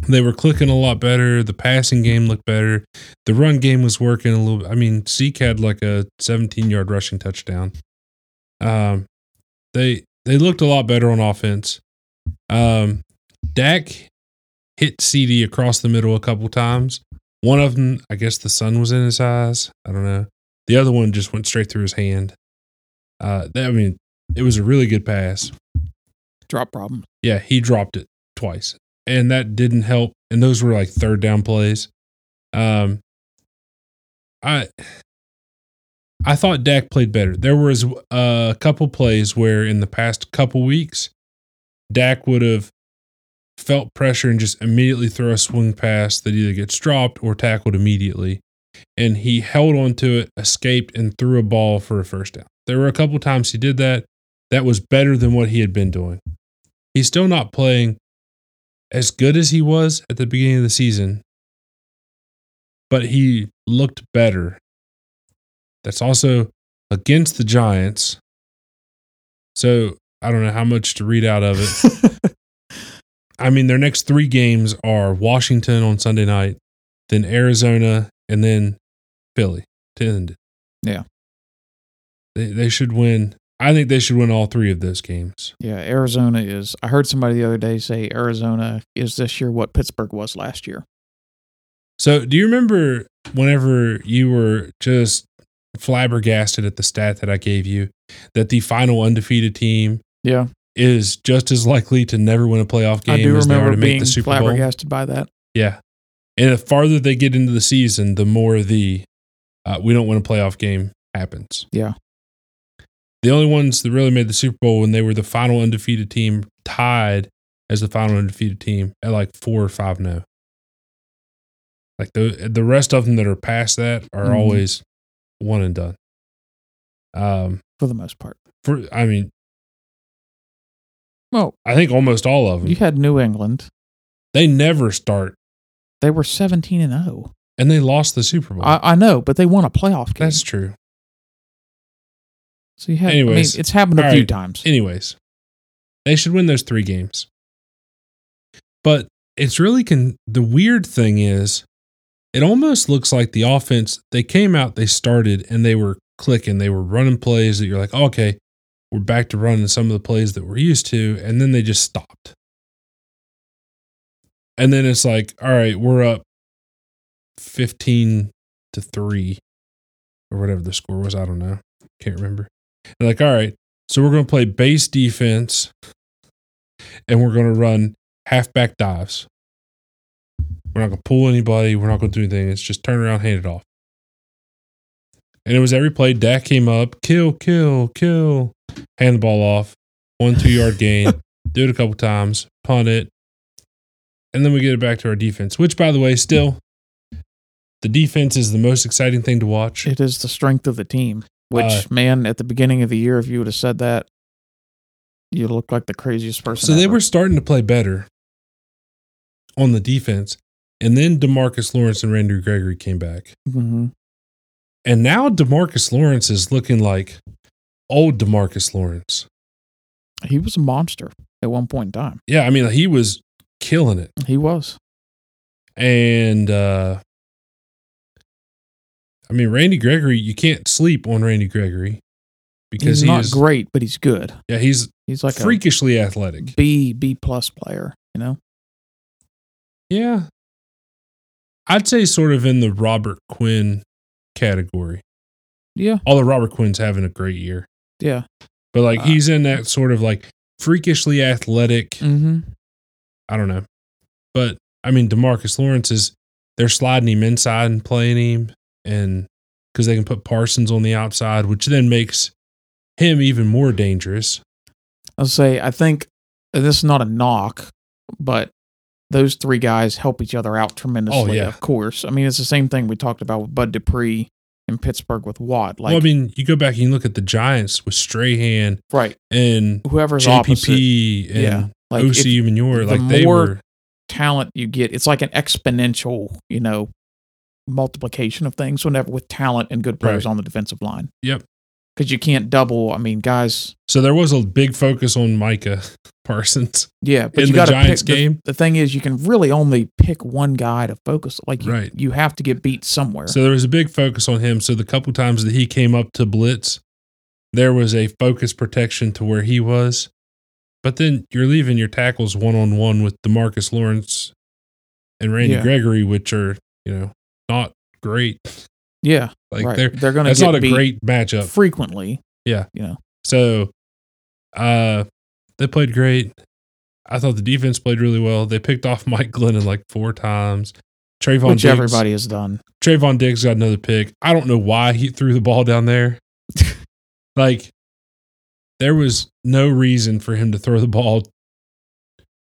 Speaker 1: they were clicking a lot better. The passing game looked better. The run game was working a little. I mean, Zeke had like a 17 yard rushing touchdown. Um, they they looked a lot better on offense. Um, Dak hit CD across the middle a couple times. One of them, I guess the sun was in his eyes. I don't know. The other one just went straight through his hand. Uh, that, I mean, it was a really good pass.
Speaker 2: Drop problem.
Speaker 1: Yeah, he dropped it twice, and that didn't help. And those were like third down plays. Um, I I thought Dak played better. There was uh, a couple plays where in the past couple weeks, Dak would have felt pressure and just immediately throw a swing pass that either gets dropped or tackled immediately. And he held on to it, escaped, and threw a ball for a first down. There were a couple times he did that. That was better than what he had been doing he's still not playing as good as he was at the beginning of the season, but he looked better. That's also against the Giants. So I don't know how much to read out of it. I mean, their next three games are Washington on Sunday night, then Arizona, and then Philly to end it.
Speaker 2: Yeah.
Speaker 1: They, they should win. I think they should win all three of those games.
Speaker 2: Yeah, Arizona is. I heard somebody the other day say Arizona is this year what Pittsburgh was last year.
Speaker 1: So, do you remember whenever you were just flabbergasted at the stat that I gave you that the final undefeated team
Speaker 2: Yeah,
Speaker 1: is just as likely to never win a playoff
Speaker 2: I do
Speaker 1: game as they are
Speaker 2: remember
Speaker 1: to make
Speaker 2: being
Speaker 1: the Super Bowl?
Speaker 2: flabbergasted by that.
Speaker 1: Yeah. And the farther they get into the season, the more the uh, we don't win a playoff game happens.
Speaker 2: Yeah.
Speaker 1: The only ones that really made the Super Bowl when they were the final undefeated team, tied as the final undefeated team at like four or five no. Like the the rest of them that are past that are
Speaker 2: Mhm.
Speaker 1: always one and done. Um,
Speaker 2: for the most part.
Speaker 1: for I mean,
Speaker 2: Well,
Speaker 1: I think almost all of them
Speaker 2: you had New England.
Speaker 1: they never start
Speaker 2: They were 17 and 0.
Speaker 1: and they lost the Super Bowl.
Speaker 2: I, I know, but they won a playoff game.
Speaker 1: That's true.
Speaker 2: so you had,
Speaker 1: Anyways,
Speaker 2: I mean, it's happened a
Speaker 1: all
Speaker 2: few
Speaker 1: right.
Speaker 2: times.
Speaker 1: Anyways, they should win those three games. But it's really con- the weird thing is, it almost looks like the offense. They came out, they started, and they were clicking. They were running plays that you're like, okay, we're back to running some of the plays that we're used to, and then they just stopped. And then it's like, all right, we're up fifteen to three, or whatever the score was. I don't know, can't remember. They're like, all right, so we're going to play base defense and we're going to run halfback dives. We're not going to pull anybody. We're not going to do anything. It's just turn around, hand it off. And it was every play. Dak came up, kill, kill, kill, hand the ball off, one, two yard gain, do it a couple times, punt it. And then we get it back to our defense, which, by the way, still, the defense is the most exciting thing to watch.
Speaker 2: It is the strength of the team, which,
Speaker 1: Uh,
Speaker 2: man, at the beginning of the year, if you would have said that, you look like the craziest person.
Speaker 1: So they
Speaker 2: ever.
Speaker 1: were starting to play better on the defense. And then Demarcus Lawrence and Randy Gregory came back.
Speaker 2: Mhm.
Speaker 1: And now Demarcus Lawrence is looking like old Demarcus Lawrence.
Speaker 2: He was a monster at one point in time.
Speaker 1: Yeah, I mean, he was killing it.
Speaker 2: He was.
Speaker 1: And uh I mean, Randy Gregory, you can't sleep on Randy Gregory because
Speaker 2: He's
Speaker 1: he's
Speaker 2: not great, but he's good.
Speaker 1: yeah, he's
Speaker 2: He's like
Speaker 1: freakishly
Speaker 2: a
Speaker 1: athletic.
Speaker 2: B, B plus player, you know?
Speaker 1: Yeah. I'd say sort of in the Robert Quinn category.
Speaker 2: Yeah.
Speaker 1: Although Robert Quinn's having a great year.
Speaker 2: Yeah.
Speaker 1: But like
Speaker 2: Uh,
Speaker 1: he's in that sort of like freakishly athletic.
Speaker 2: Mm-hmm.
Speaker 1: I don't know. But I mean, Demarcus Lawrence is they're sliding him inside and playing him, and because they can put Parsons on the outside, which then makes him even more dangerous.
Speaker 2: I'll say I think and this is not a knock, but those three guys help each other out tremendously.
Speaker 1: Oh, yeah.
Speaker 2: Of course, I mean it's the same thing we talked about with Bud Dupree in Pittsburgh with Watt. Like
Speaker 1: well, I mean, you go back and you look at the Giants with Strahan
Speaker 2: right,
Speaker 1: and
Speaker 2: whoever's opposite,
Speaker 1: JPP and
Speaker 2: Yeah. like if
Speaker 1: OC Manure,
Speaker 2: the
Speaker 1: like they
Speaker 2: more-
Speaker 1: were.
Speaker 2: talent you get, it's like an exponential, you know, multiplication of things. Whenever with talent and good players
Speaker 1: Right.
Speaker 2: on the defensive line.
Speaker 1: Yep.
Speaker 2: Because you can't double. I mean, guys.
Speaker 1: So there was a big focus on Micah Parsons
Speaker 2: Yeah, but
Speaker 1: in
Speaker 2: you
Speaker 1: the
Speaker 2: got to
Speaker 1: Giants
Speaker 2: pick the-
Speaker 1: game.
Speaker 2: the thing is you can really only pick one guy to focus like you,
Speaker 1: Right.
Speaker 2: you have to get beat somewhere
Speaker 1: So there was a big focus on him. So the couple times that he came up to blitz, there was a focus protection to where he was. But then you're leaving your tackles one on one with Demarcus Lawrence and Randy
Speaker 2: Yeah.
Speaker 1: Gregory, which are you know not great.
Speaker 2: yeah
Speaker 1: Like
Speaker 2: right.
Speaker 1: they're
Speaker 2: they're gonna
Speaker 1: that's
Speaker 2: get
Speaker 1: not a
Speaker 2: beat
Speaker 1: great uh, matchup.
Speaker 2: frequently
Speaker 1: So uh they played great. I thought the defense played really well. They picked off Mike Glennon like four times. Trayvon
Speaker 2: which
Speaker 1: Diggs,
Speaker 2: everybody has done
Speaker 1: Trayvon Diggs got another pick. I don't know why he threw the ball down there. like, there was no reason for him to throw the ball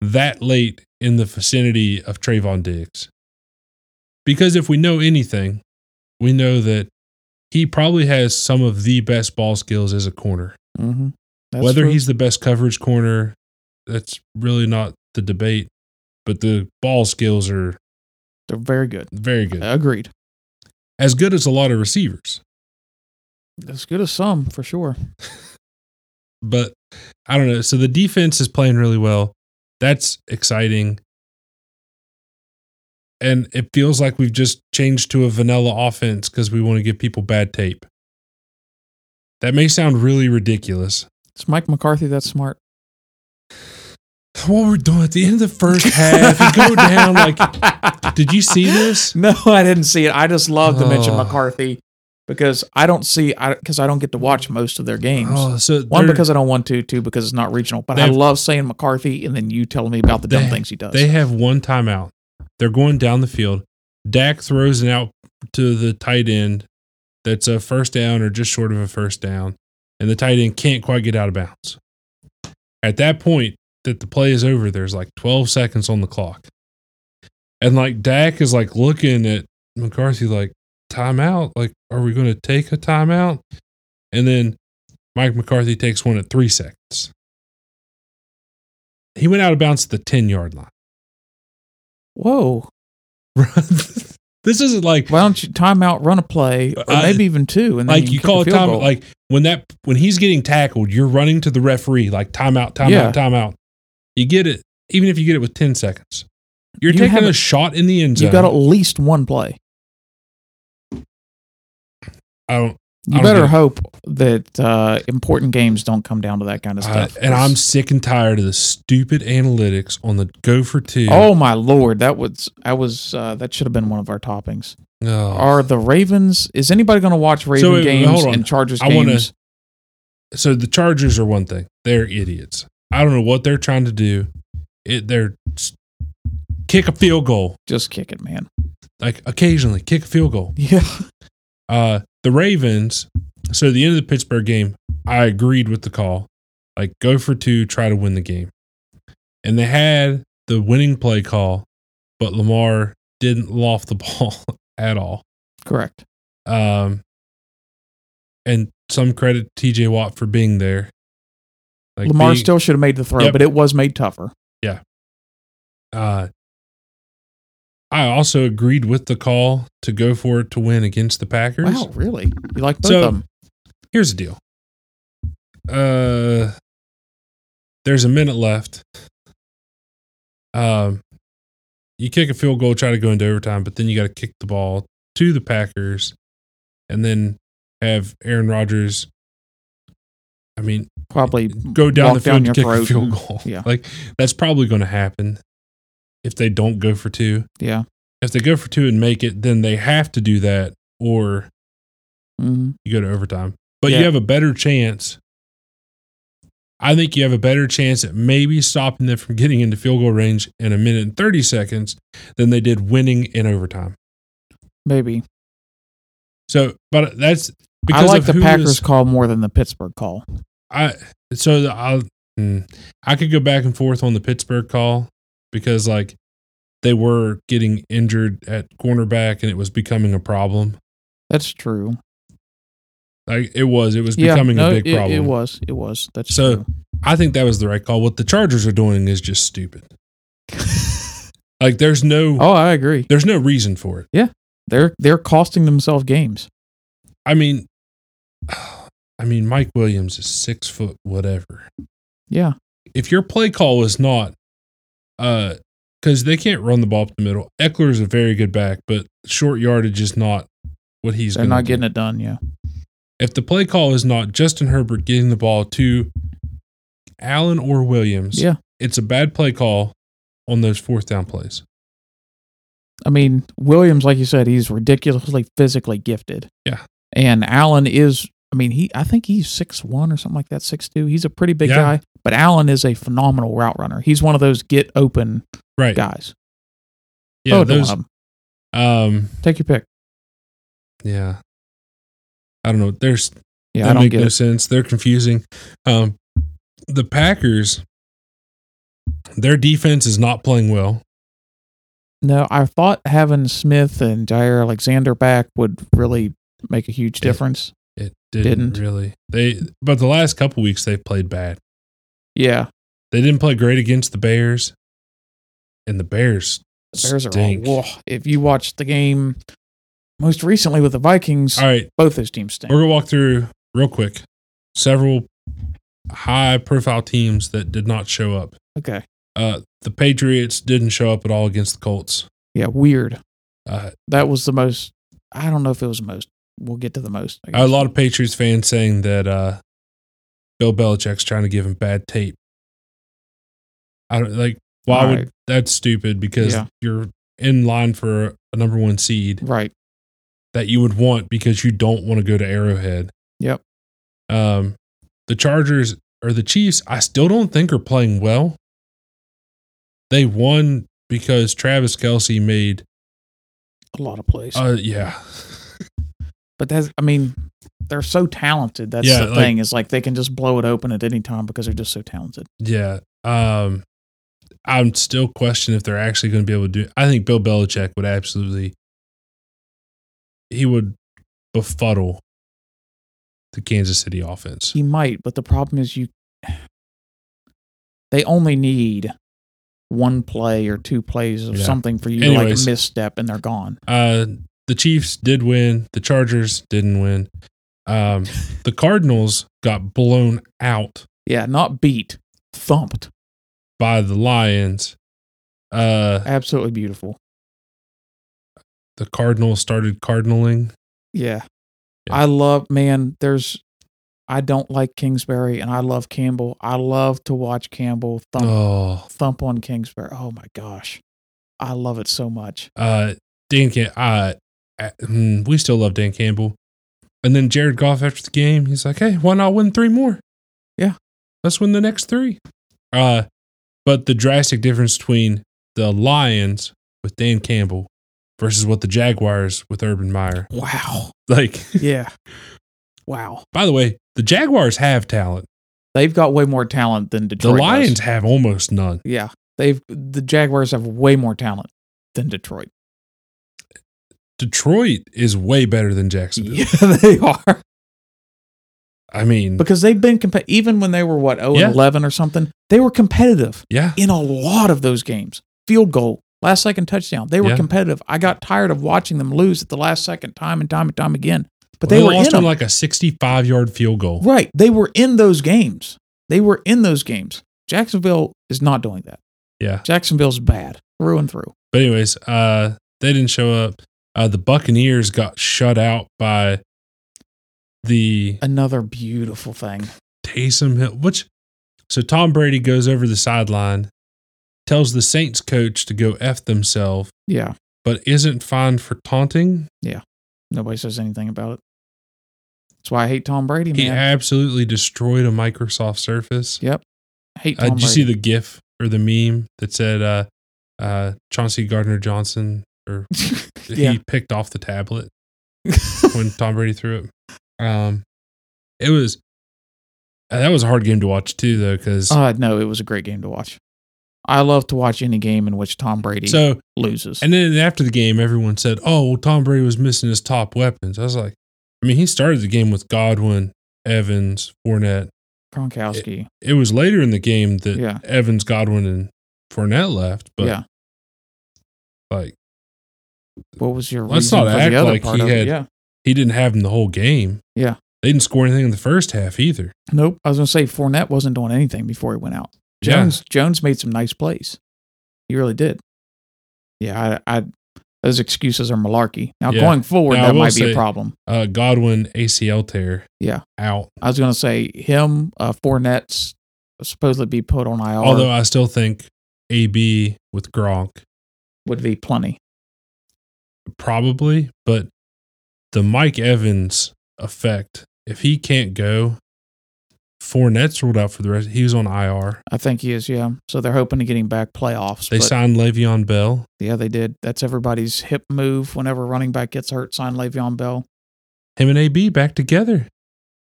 Speaker 1: that late in the vicinity of Trayvon Diggs. Because if we know anything, we know that he probably has some of the best ball skills as a corner.
Speaker 2: mm-hmm.
Speaker 1: Whether he's the best coverage corner, that's really not the debate, but the ball skills are
Speaker 2: they're very good
Speaker 1: very good.
Speaker 2: agreed
Speaker 1: As good as a lot of receivers.
Speaker 2: as good as some for sure
Speaker 1: but I don't know. So the defense is playing really well. That's exciting. And it feels like we've just changed to a vanilla offense because we want to give people bad tape. That may sound really ridiculous.
Speaker 2: it's mike mccarthy that's smart
Speaker 1: What we're doing at the end of the first half, you go down like, did you see this?
Speaker 2: no i didn't see it i just love to mention
Speaker 1: Oh.
Speaker 2: mccarthy because i don't see i because i don't get to watch most of their games
Speaker 1: Oh, so
Speaker 2: one
Speaker 1: they're-
Speaker 2: because I don't want to, two because it's not regional. But I
Speaker 1: They've-
Speaker 2: love saying McCarthy, and then you telling me about the dumb
Speaker 1: They-
Speaker 2: things he does.
Speaker 1: They have one timeout. They're going down the field. Dak throws it out to the tight end. That's a first down or just short of a first down. And the tight end can't quite get out of bounds. At that point that the play is over, there's like 12 seconds on the clock. And like Dak is like looking at McCarthy like, timeout? Like, are we going to take a timeout? And then Mike McCarthy takes one at three seconds. He went out of bounds at the 10 yard line.
Speaker 2: Whoa!
Speaker 1: this isn't like
Speaker 2: Why don't you timeout, run a play, or
Speaker 1: I-
Speaker 2: maybe even two, and then
Speaker 1: like you
Speaker 2: kick
Speaker 1: call
Speaker 2: a
Speaker 1: a
Speaker 2: field
Speaker 1: time
Speaker 2: goal.
Speaker 1: like when that when he's getting tackled, you're running to the referee like timeout, timeout,
Speaker 2: Yeah.
Speaker 1: timeout. You get it, even if you get it with ten seconds. You're
Speaker 2: You
Speaker 1: taking a
Speaker 2: haven't-
Speaker 1: shot in the end zone.
Speaker 2: you got at least one play.
Speaker 1: I don't, I
Speaker 2: You
Speaker 1: don't get
Speaker 2: better
Speaker 1: it.
Speaker 2: hope that uh, important games don't come down to that kind of
Speaker 1: I-
Speaker 2: stuff.
Speaker 1: Uh, and I'm sick and tired of the stupid analytics on the go for two.
Speaker 2: oh my lord, that was I was uh, that should have been one of our toppings.
Speaker 1: Oh.
Speaker 2: Are the Ravens? Is anybody going to watch Raven
Speaker 1: wait, wait,
Speaker 2: games
Speaker 1: hold on.
Speaker 2: and Chargers
Speaker 1: I wanna-
Speaker 2: games?
Speaker 1: so the Chargers are one thing. They're idiots. I don't know what they're trying to do. It they're kick a field goal.
Speaker 2: Just kick it, man.
Speaker 1: Like occasionally kick a field goal.
Speaker 2: Yeah.
Speaker 1: Uh, the Ravens. So the end of the Pittsburgh game, I agreed with the call. Like go for two, try to win the game. And they had the winning play call, but Lamar didn't loft the ball at all.
Speaker 2: Correct.
Speaker 1: Um, and some credit to TJ Watt for being there. Like
Speaker 2: Lamar
Speaker 1: being-
Speaker 2: still should have made the throw,
Speaker 1: Yep.
Speaker 2: but it was made tougher.
Speaker 1: Uh, I also agreed with the call to go for it to win against the Packers.
Speaker 2: Wow, really? You like both
Speaker 1: So-
Speaker 2: of them?
Speaker 1: Here's the deal. Uh, there's a minute left. Um, you kick a field goal, try to go into overtime, but then you got to kick the ball to the Packers, and then have Aaron Rodgers. I mean,
Speaker 2: Probably
Speaker 1: go down the
Speaker 2: walk
Speaker 1: field and kick
Speaker 2: your
Speaker 1: a
Speaker 2: throat.
Speaker 1: field goal.
Speaker 2: Yeah.
Speaker 1: Like that's probably going to happen if they don't go for two.
Speaker 2: Yeah.
Speaker 1: If they go for two and make it, then they have to do that, or
Speaker 2: hmm
Speaker 1: you go to overtime. But
Speaker 2: Yeah.
Speaker 1: you have a better chance. I think you have a better chance at maybe stopping them from getting into field goal range in a minute and 30 seconds than they did winning in overtime.
Speaker 2: Maybe.
Speaker 1: So, but that's because
Speaker 2: I like
Speaker 1: of
Speaker 2: the
Speaker 1: who
Speaker 2: Packers
Speaker 1: is-
Speaker 2: call more than the Pittsburgh call.
Speaker 1: I so the, I hmm. I could go back and forth on the Pittsburgh call because like they were getting injured at cornerback and it was becoming a problem.
Speaker 2: That's true.
Speaker 1: Like it was, it was
Speaker 2: yeah,
Speaker 1: becoming
Speaker 2: no,
Speaker 1: a big
Speaker 2: it,
Speaker 1: problem.
Speaker 2: It was. It was. That's
Speaker 1: So-
Speaker 2: true.
Speaker 1: I think that was the right call. What the Chargers are doing is just stupid. like there's no
Speaker 2: Oh, I agree.
Speaker 1: there's no reason for it.
Speaker 2: They're they're costing themselves games.
Speaker 1: I mean I mean Mike Williams is six foot whatever.
Speaker 2: Yeah.
Speaker 1: If your play call is not uh because they can't run the ball up the middle. Eckler is a very good back, but short yardage is not what he's
Speaker 2: They're
Speaker 1: gonna
Speaker 2: not
Speaker 1: do.
Speaker 2: getting it done. Yeah.
Speaker 1: if the play call is not Justin Herbert getting the ball to Allen or Williams,
Speaker 2: Yeah.
Speaker 1: it's a bad play call on those fourth down plays.
Speaker 2: I mean, Williams, like you said, he's ridiculously physically gifted.
Speaker 1: Yeah.
Speaker 2: And Allen is I mean, he I think he's six one or something like that, six two. He's a pretty big
Speaker 1: Yeah.
Speaker 2: guy. But Allen is a phenomenal route runner. He's one of those get open
Speaker 1: Right.
Speaker 2: guys.
Speaker 1: Yeah,
Speaker 2: oh,
Speaker 1: those.
Speaker 2: Dunlap.
Speaker 1: Um,
Speaker 2: take your pick.
Speaker 1: yeah. I don't know. There's
Speaker 2: Yeah,
Speaker 1: they
Speaker 2: I don't
Speaker 1: make
Speaker 2: get
Speaker 1: no
Speaker 2: it.
Speaker 1: sense. They're confusing. Um, the Packers, their defense is not playing well.
Speaker 2: No, I thought having Smith and Jair Alexander back would really make a huge difference.
Speaker 1: It didn't,
Speaker 2: Didn't.
Speaker 1: really. They but the last couple weeks they've played bad.
Speaker 2: Yeah.
Speaker 1: They didn't play great against the Bears, and the Bears
Speaker 2: The Bears
Speaker 1: stink.
Speaker 2: are all, whoa. if you watched the game most recently with the Vikings,
Speaker 1: All right,
Speaker 2: both those teams stink.
Speaker 1: we're gonna walk through real quick several high profile teams that did not show up.
Speaker 2: Okay.
Speaker 1: Uh, the Patriots didn't show up at all against the Colts.
Speaker 2: Yeah, weird.
Speaker 1: Uh,
Speaker 2: That was the most I don't know if it was the most. We'll get to the most. I
Speaker 1: a
Speaker 2: guess.
Speaker 1: lot of Patriots fans saying that uh, Bill Belichick's trying to give him bad tape. I don't like why would
Speaker 2: Right.
Speaker 1: that's stupid because
Speaker 2: Yeah.
Speaker 1: you're in line for a number one seed
Speaker 2: right.
Speaker 1: that you would want because you don't want to go to Arrowhead.
Speaker 2: Yep.
Speaker 1: Um, the Chargers or the Chiefs, I still don't think are playing well. They won because Travis Kelsey made.
Speaker 2: A lot of plays.
Speaker 1: Uh, yeah,
Speaker 2: but that's I mean, they're so talented. That's
Speaker 1: Yeah,
Speaker 2: the
Speaker 1: like-
Speaker 2: thing, is like they can just blow it open at any time because they're just so talented.
Speaker 1: Yeah. Um I'm still questioning if they're actually going to be able to do I think Bill Belichick would absolutely he would befuddle the Kansas City offense.
Speaker 2: He might, but the problem is you they only need one play or two plays of
Speaker 1: Yeah.
Speaker 2: something for you
Speaker 1: Anyways.
Speaker 2: to like misstep and they're gone.
Speaker 1: Uh the Chiefs did win, the Chargers didn't win. Um the Cardinals got blown out
Speaker 2: Yeah, not beat, thumped.
Speaker 1: by the Lions. Uh
Speaker 2: Absolutely beautiful.
Speaker 1: the Cardinals started cardinaling.
Speaker 2: Yeah.
Speaker 1: Yeah.
Speaker 2: I love man, there's I don't like Kingsbury and I love Campbell. I love to watch Campbell thump
Speaker 1: Oh.
Speaker 2: thump on Kingsbury. Oh my gosh. I love it so much.
Speaker 1: uh Dan Cam- uh, uh, mm, we still love Dan Campbell. And then Jared Goff after the game, he's like, "Hey, why not win three more?
Speaker 2: Yeah.
Speaker 1: let's win the next three. Uh, but the drastic difference between the Lions with Dan Campbell versus what the Jaguars with Urban Meyer.
Speaker 2: Wow.
Speaker 1: Like,
Speaker 2: Yeah. wow.
Speaker 1: by the way, the Jaguars have talent.
Speaker 2: They've got way more talent than
Speaker 1: The
Speaker 2: Detroit. does.
Speaker 1: Lions have almost none.
Speaker 2: Yeah. They've the Jaguars have way more talent than Detroit.
Speaker 1: Detroit is way better than Jacksonville.
Speaker 2: they are.
Speaker 1: I mean,
Speaker 2: Because they've been comp- even when they were what 0
Speaker 1: Yeah.
Speaker 2: and 11 or something, they were competitive.
Speaker 1: yeah,
Speaker 2: in a lot of those games. Field goal, last second touchdown. They were
Speaker 1: Yeah.
Speaker 2: competitive. I got tired of watching them lose at the last second time and time and time again. But they,
Speaker 1: they
Speaker 2: were in
Speaker 1: lost on
Speaker 2: them.
Speaker 1: like a sixty-five yard field goal.
Speaker 2: right. They were in those games. They were in those games. Jacksonville is not doing that.
Speaker 1: Yeah,
Speaker 2: Jacksonville's bad through and through.
Speaker 1: But anyways, uh, they didn't show up. Uh, the Buccaneers got shut out by the
Speaker 2: Another beautiful thing.
Speaker 1: Taysom Hill. Which so Tom Brady goes over the sideline, tells the Saints coach to go f themselves,
Speaker 2: Yeah.
Speaker 1: but isn't fined for taunting,
Speaker 2: Nobody says anything about it. That's why I hate Tom Brady,
Speaker 1: he
Speaker 2: man.
Speaker 1: absolutely destroyed a Microsoft Surface.
Speaker 2: yep. I hate
Speaker 1: Uh,
Speaker 2: Tom
Speaker 1: did you
Speaker 2: Brady.
Speaker 1: see the GIF or the meme that said uh, uh, Chauncey Gardner Johnson or
Speaker 2: Yeah.
Speaker 1: he picked off the tablet when Tom Brady threw it? Um, it was uh, that was a hard game to watch too, though, because
Speaker 2: uh, no, it was a great game to watch. I love to watch any game in which Tom Brady
Speaker 1: so
Speaker 2: loses.
Speaker 1: and then after the game, everyone said, "Oh, well, Tom Brady was missing his top weapons." I was like, I mean, he started the game with Godwin, Evans, Fournette.
Speaker 2: Gronkowski.
Speaker 1: It was later in the game that
Speaker 2: Yeah.
Speaker 1: Evans, Godwin, and Fournette left, but
Speaker 2: yeah.
Speaker 1: like.
Speaker 2: What was your
Speaker 1: Let's
Speaker 2: reason
Speaker 1: not
Speaker 2: for
Speaker 1: act
Speaker 2: the other
Speaker 1: like
Speaker 2: part
Speaker 1: he
Speaker 2: of
Speaker 1: had-
Speaker 2: it? Yeah.
Speaker 1: he didn't have him the whole game.
Speaker 2: Yeah.
Speaker 1: They didn't score anything in the first half either.
Speaker 2: Nope. I was gonna say Fournette wasn't doing anything before he went out.
Speaker 1: Yeah.
Speaker 2: Jones Jones made some nice plays. He really did. Yeah, I, I those excuses are malarkey. Now
Speaker 1: Yeah.
Speaker 2: going forward,
Speaker 1: Now, I
Speaker 2: that
Speaker 1: will
Speaker 2: might be
Speaker 1: say-
Speaker 2: a problem.
Speaker 1: Uh, Godwin ACL tear.
Speaker 2: Yeah.
Speaker 1: Out.
Speaker 2: I was gonna say him, uh, Fournette's supposedly be put on IR
Speaker 1: Although I still think AB with Gronk
Speaker 2: would be plenty.
Speaker 1: probably, but the Mike Evans effect. If he can't go, Fournette's ruled out for the rest. He was on IR.
Speaker 2: I think he is. Yeah. So they're hoping to get him back playoffs.
Speaker 1: They
Speaker 2: but
Speaker 1: signed Le'Veon Bell.
Speaker 2: yeah, they did. That's everybody's hip move. Whenever a running back gets hurt, sign Le'Veon Bell.
Speaker 1: Him and AB back together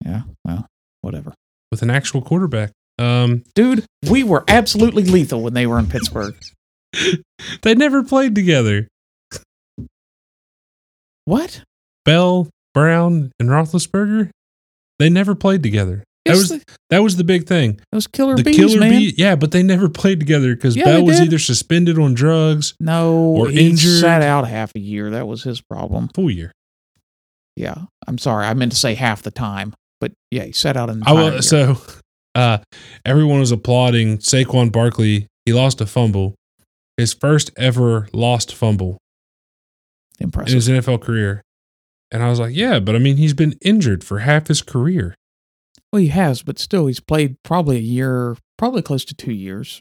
Speaker 2: Yeah. Well, whatever.
Speaker 1: with an actual quarterback. Um,
Speaker 2: Dude, we were absolutely lethal when they were in Pittsburgh.
Speaker 1: they never played together.
Speaker 2: What?
Speaker 1: Bell, Brown, and Roethlisberger, they never played together. That
Speaker 2: It's
Speaker 1: was
Speaker 2: the-
Speaker 1: that was the big thing.
Speaker 2: those killer
Speaker 1: the
Speaker 2: bees,
Speaker 1: killer
Speaker 2: man.
Speaker 1: bee, yeah, but they never played together because
Speaker 2: Yeah,
Speaker 1: Bell
Speaker 2: they
Speaker 1: was
Speaker 2: did.
Speaker 1: either suspended on drugs
Speaker 2: No,
Speaker 1: Or
Speaker 2: he
Speaker 1: injured.
Speaker 2: sat out half a year. That was his problem.
Speaker 1: full year.
Speaker 2: Yeah, I'm sorry. I meant to say half the time, but yeah, he sat out an
Speaker 1: I
Speaker 2: entire
Speaker 1: will,
Speaker 2: year.
Speaker 1: so uh, everyone was applauding Saquon Barkley. He lost a fumble, his first ever lost fumble in
Speaker 2: Impressive.
Speaker 1: his NFL career. And I was like, yeah, but I mean, he's been injured for half his career.
Speaker 2: well, he has, but still, he's played probably a year, probably close to two years.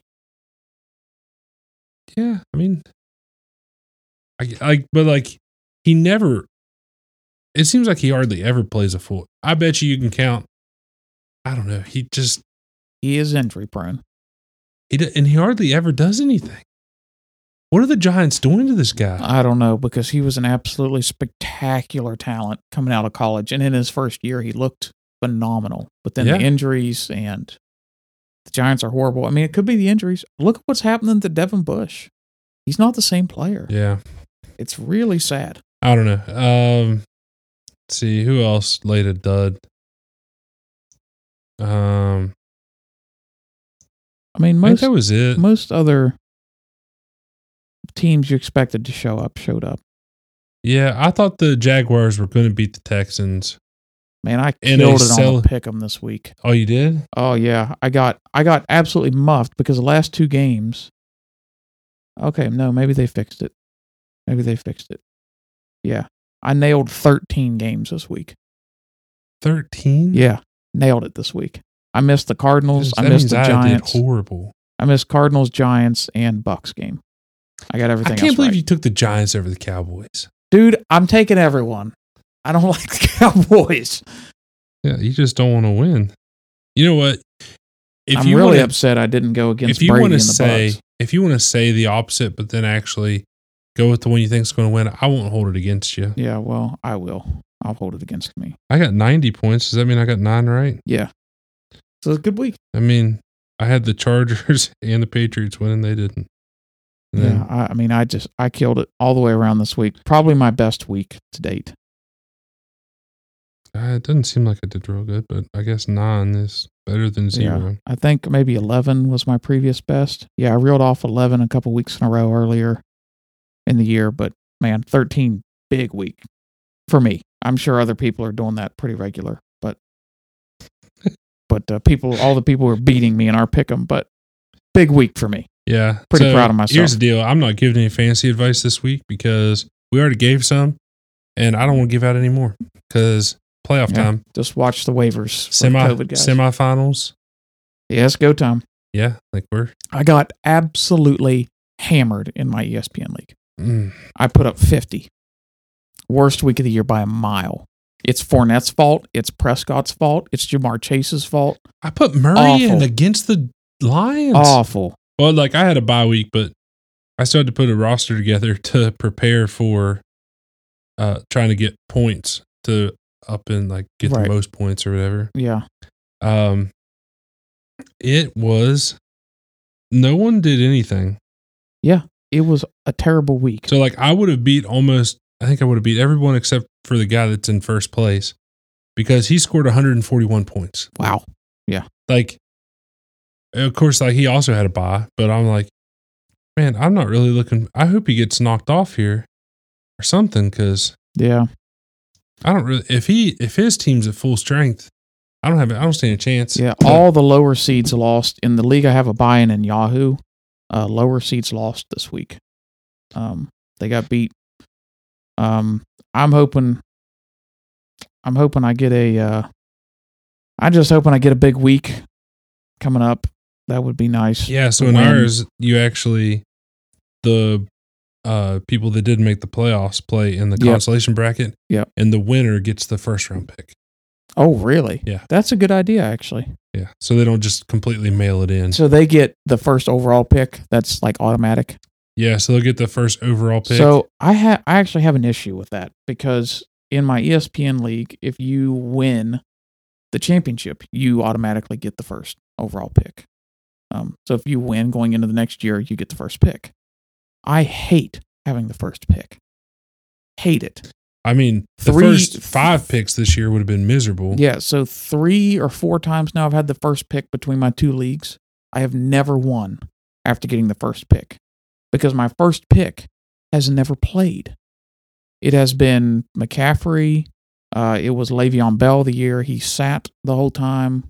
Speaker 1: Yeah, I mean, I like, but like, he never. It seems like he hardly ever plays a full. I bet you you can count. I don't know. He just
Speaker 2: He is injury prone.
Speaker 1: he d- and he hardly ever does anything. What are the Giants doing to this guy?
Speaker 2: I don't know because he was an absolutely spectacular talent coming out of college, and in his first year, he looked phenomenal. But then the
Speaker 1: Yeah.
Speaker 2: injuries and the Giants are horrible. I mean, it could be the injuries. Look at what's happening to Devin Bush. He's not the same player.
Speaker 1: Yeah,
Speaker 2: It's really sad.
Speaker 1: I don't know. Um, let's see who else laid a dud. Um,
Speaker 2: I mean,
Speaker 1: I think
Speaker 2: most
Speaker 1: that was it.
Speaker 2: most other teams you expected to show up showed up.
Speaker 1: Yeah, I thought the Jaguars were going to beat the Texans.
Speaker 2: Man, I
Speaker 1: And
Speaker 2: killed
Speaker 1: they
Speaker 2: it
Speaker 1: sell-
Speaker 2: on the pick 'em this week.
Speaker 1: Oh, you did?
Speaker 2: Oh yeah, I got I got absolutely muffed because the last two games. Okay, no, maybe they fixed it. Maybe they fixed it. Yeah, I nailed thirteen games this week.
Speaker 1: Thirteen.
Speaker 2: Yeah, nailed it this week. I missed the Cardinals.
Speaker 1: That
Speaker 2: I missed
Speaker 1: means
Speaker 2: the
Speaker 1: I
Speaker 2: Giants.
Speaker 1: Did horrible.
Speaker 2: I missed Cardinals, Giants, and Bucks game. I got everything.
Speaker 1: I can't
Speaker 2: else
Speaker 1: believe
Speaker 2: right.
Speaker 1: you took the Giants over the Cowboys.
Speaker 2: dude. I'm taking everyone. I don't like the Cowboys.
Speaker 1: Yeah, you just don't want to win. You know what? If
Speaker 2: I'm
Speaker 1: you
Speaker 2: really
Speaker 1: want
Speaker 2: upset I didn't go
Speaker 1: to,
Speaker 2: against
Speaker 1: if you
Speaker 2: Brady
Speaker 1: want
Speaker 2: and
Speaker 1: to
Speaker 2: the
Speaker 1: say,
Speaker 2: Bucks.
Speaker 1: if you want to say the opposite, but then actually go with the one you think's going to win, I won't hold it against you.
Speaker 2: Yeah, well, I will. I'll hold it against me.
Speaker 1: I got 90 points. Does that mean I got nine right?
Speaker 2: Yeah. So it's a good week.
Speaker 1: I mean, I had the Chargers and the Patriots winning. They didn't. And
Speaker 2: Yeah,
Speaker 1: then
Speaker 2: I, I mean, I just I killed it all the way around this week. Probably my best week to date.
Speaker 1: uh, it doesn't seem like I did real good, but I guess nine is better than zero.
Speaker 2: I think maybe eleven was my previous best. Yeah, I reeled off eleven a couple weeks in a row earlier in the year, but man, thirteen big week for me. I'm sure other people are doing that pretty regular, but but uh, people, all the people were beating me in our pick 'em, but big week for me.
Speaker 1: Yeah.
Speaker 2: Pretty proud of
Speaker 1: Here's
Speaker 2: myself.
Speaker 1: the deal. I'm not giving any fantasy advice this week because we already gave some and I don't want to give out any more because playoff
Speaker 2: Yeah.
Speaker 1: time,
Speaker 2: Just watch the waivers. for the
Speaker 1: semi
Speaker 2: COVID guys.
Speaker 1: semifinals.
Speaker 2: yes, go time.
Speaker 1: Yeah. Like we're
Speaker 2: I got absolutely hammered in my E ESPN league.
Speaker 1: Mm.
Speaker 2: I put up 50. Worst week of the year by a mile. It's Fournette's fault. It's Prescott's fault. It's Jamar Chase's fault.
Speaker 1: I put Murray in
Speaker 2: Awful. Oh,
Speaker 1: against the Lions.
Speaker 2: Awful.
Speaker 1: Well, like I had a bye week, but I still had to put a roster together to prepare for uh trying to get points to up and like get
Speaker 2: Right.
Speaker 1: the most points or whatever.
Speaker 2: Yeah.
Speaker 1: Um it was no one did anything.
Speaker 2: It was a terrible week.
Speaker 1: So like I would have beat almost I think I would have beat everyone except for the guy that's in first place because he scored 141 points.
Speaker 2: wow.
Speaker 1: Like of course like he also had a bye, but I'm like man, I'm not really looking I hope he gets knocked off here or something cuz
Speaker 2: Yeah.
Speaker 1: I don't really if he if his team's at full strength, I don't have I don't stand a chance.
Speaker 2: Yeah.
Speaker 1: But
Speaker 2: All the lower seeds lost. In the league, I have a buy in in Yahoo. Uh, lower seeds lost this week. Um, they got beat. Um, I'm hoping. I'm hoping I get a. Uh, I'm just hoping I get a big week coming up. That would be nice.
Speaker 1: yeah, so in
Speaker 2: When-
Speaker 1: ours you actually the uh people that did make the playoffs play in the
Speaker 2: Yep.
Speaker 1: consolation bracket.
Speaker 2: Yep.
Speaker 1: And the winner gets the first round pick.
Speaker 2: Oh, really?
Speaker 1: Yeah.
Speaker 2: That's a good idea, actually.
Speaker 1: Yeah. So they don't just completely mail it in.
Speaker 2: So they get the first overall pick. That's like automatic.
Speaker 1: yeah. So they'll get the first overall pick.
Speaker 2: So I ha- I actually have an issue with that because in my E ESPN league, if you win the championship, you automatically get the first overall pick. Um, so if you win going into the next year, you get the first pick. I hate having the first pick. Hate it.
Speaker 1: I mean, the
Speaker 2: Three-
Speaker 1: first five picks this year would have been miserable.
Speaker 2: Yeah. So three or four times now, I've had the first pick between my two leagues. I have never won after getting the first pick because my first pick has never played. It has been McCaffrey. Uh, it was Le'Veon Bell the year he sat the whole time.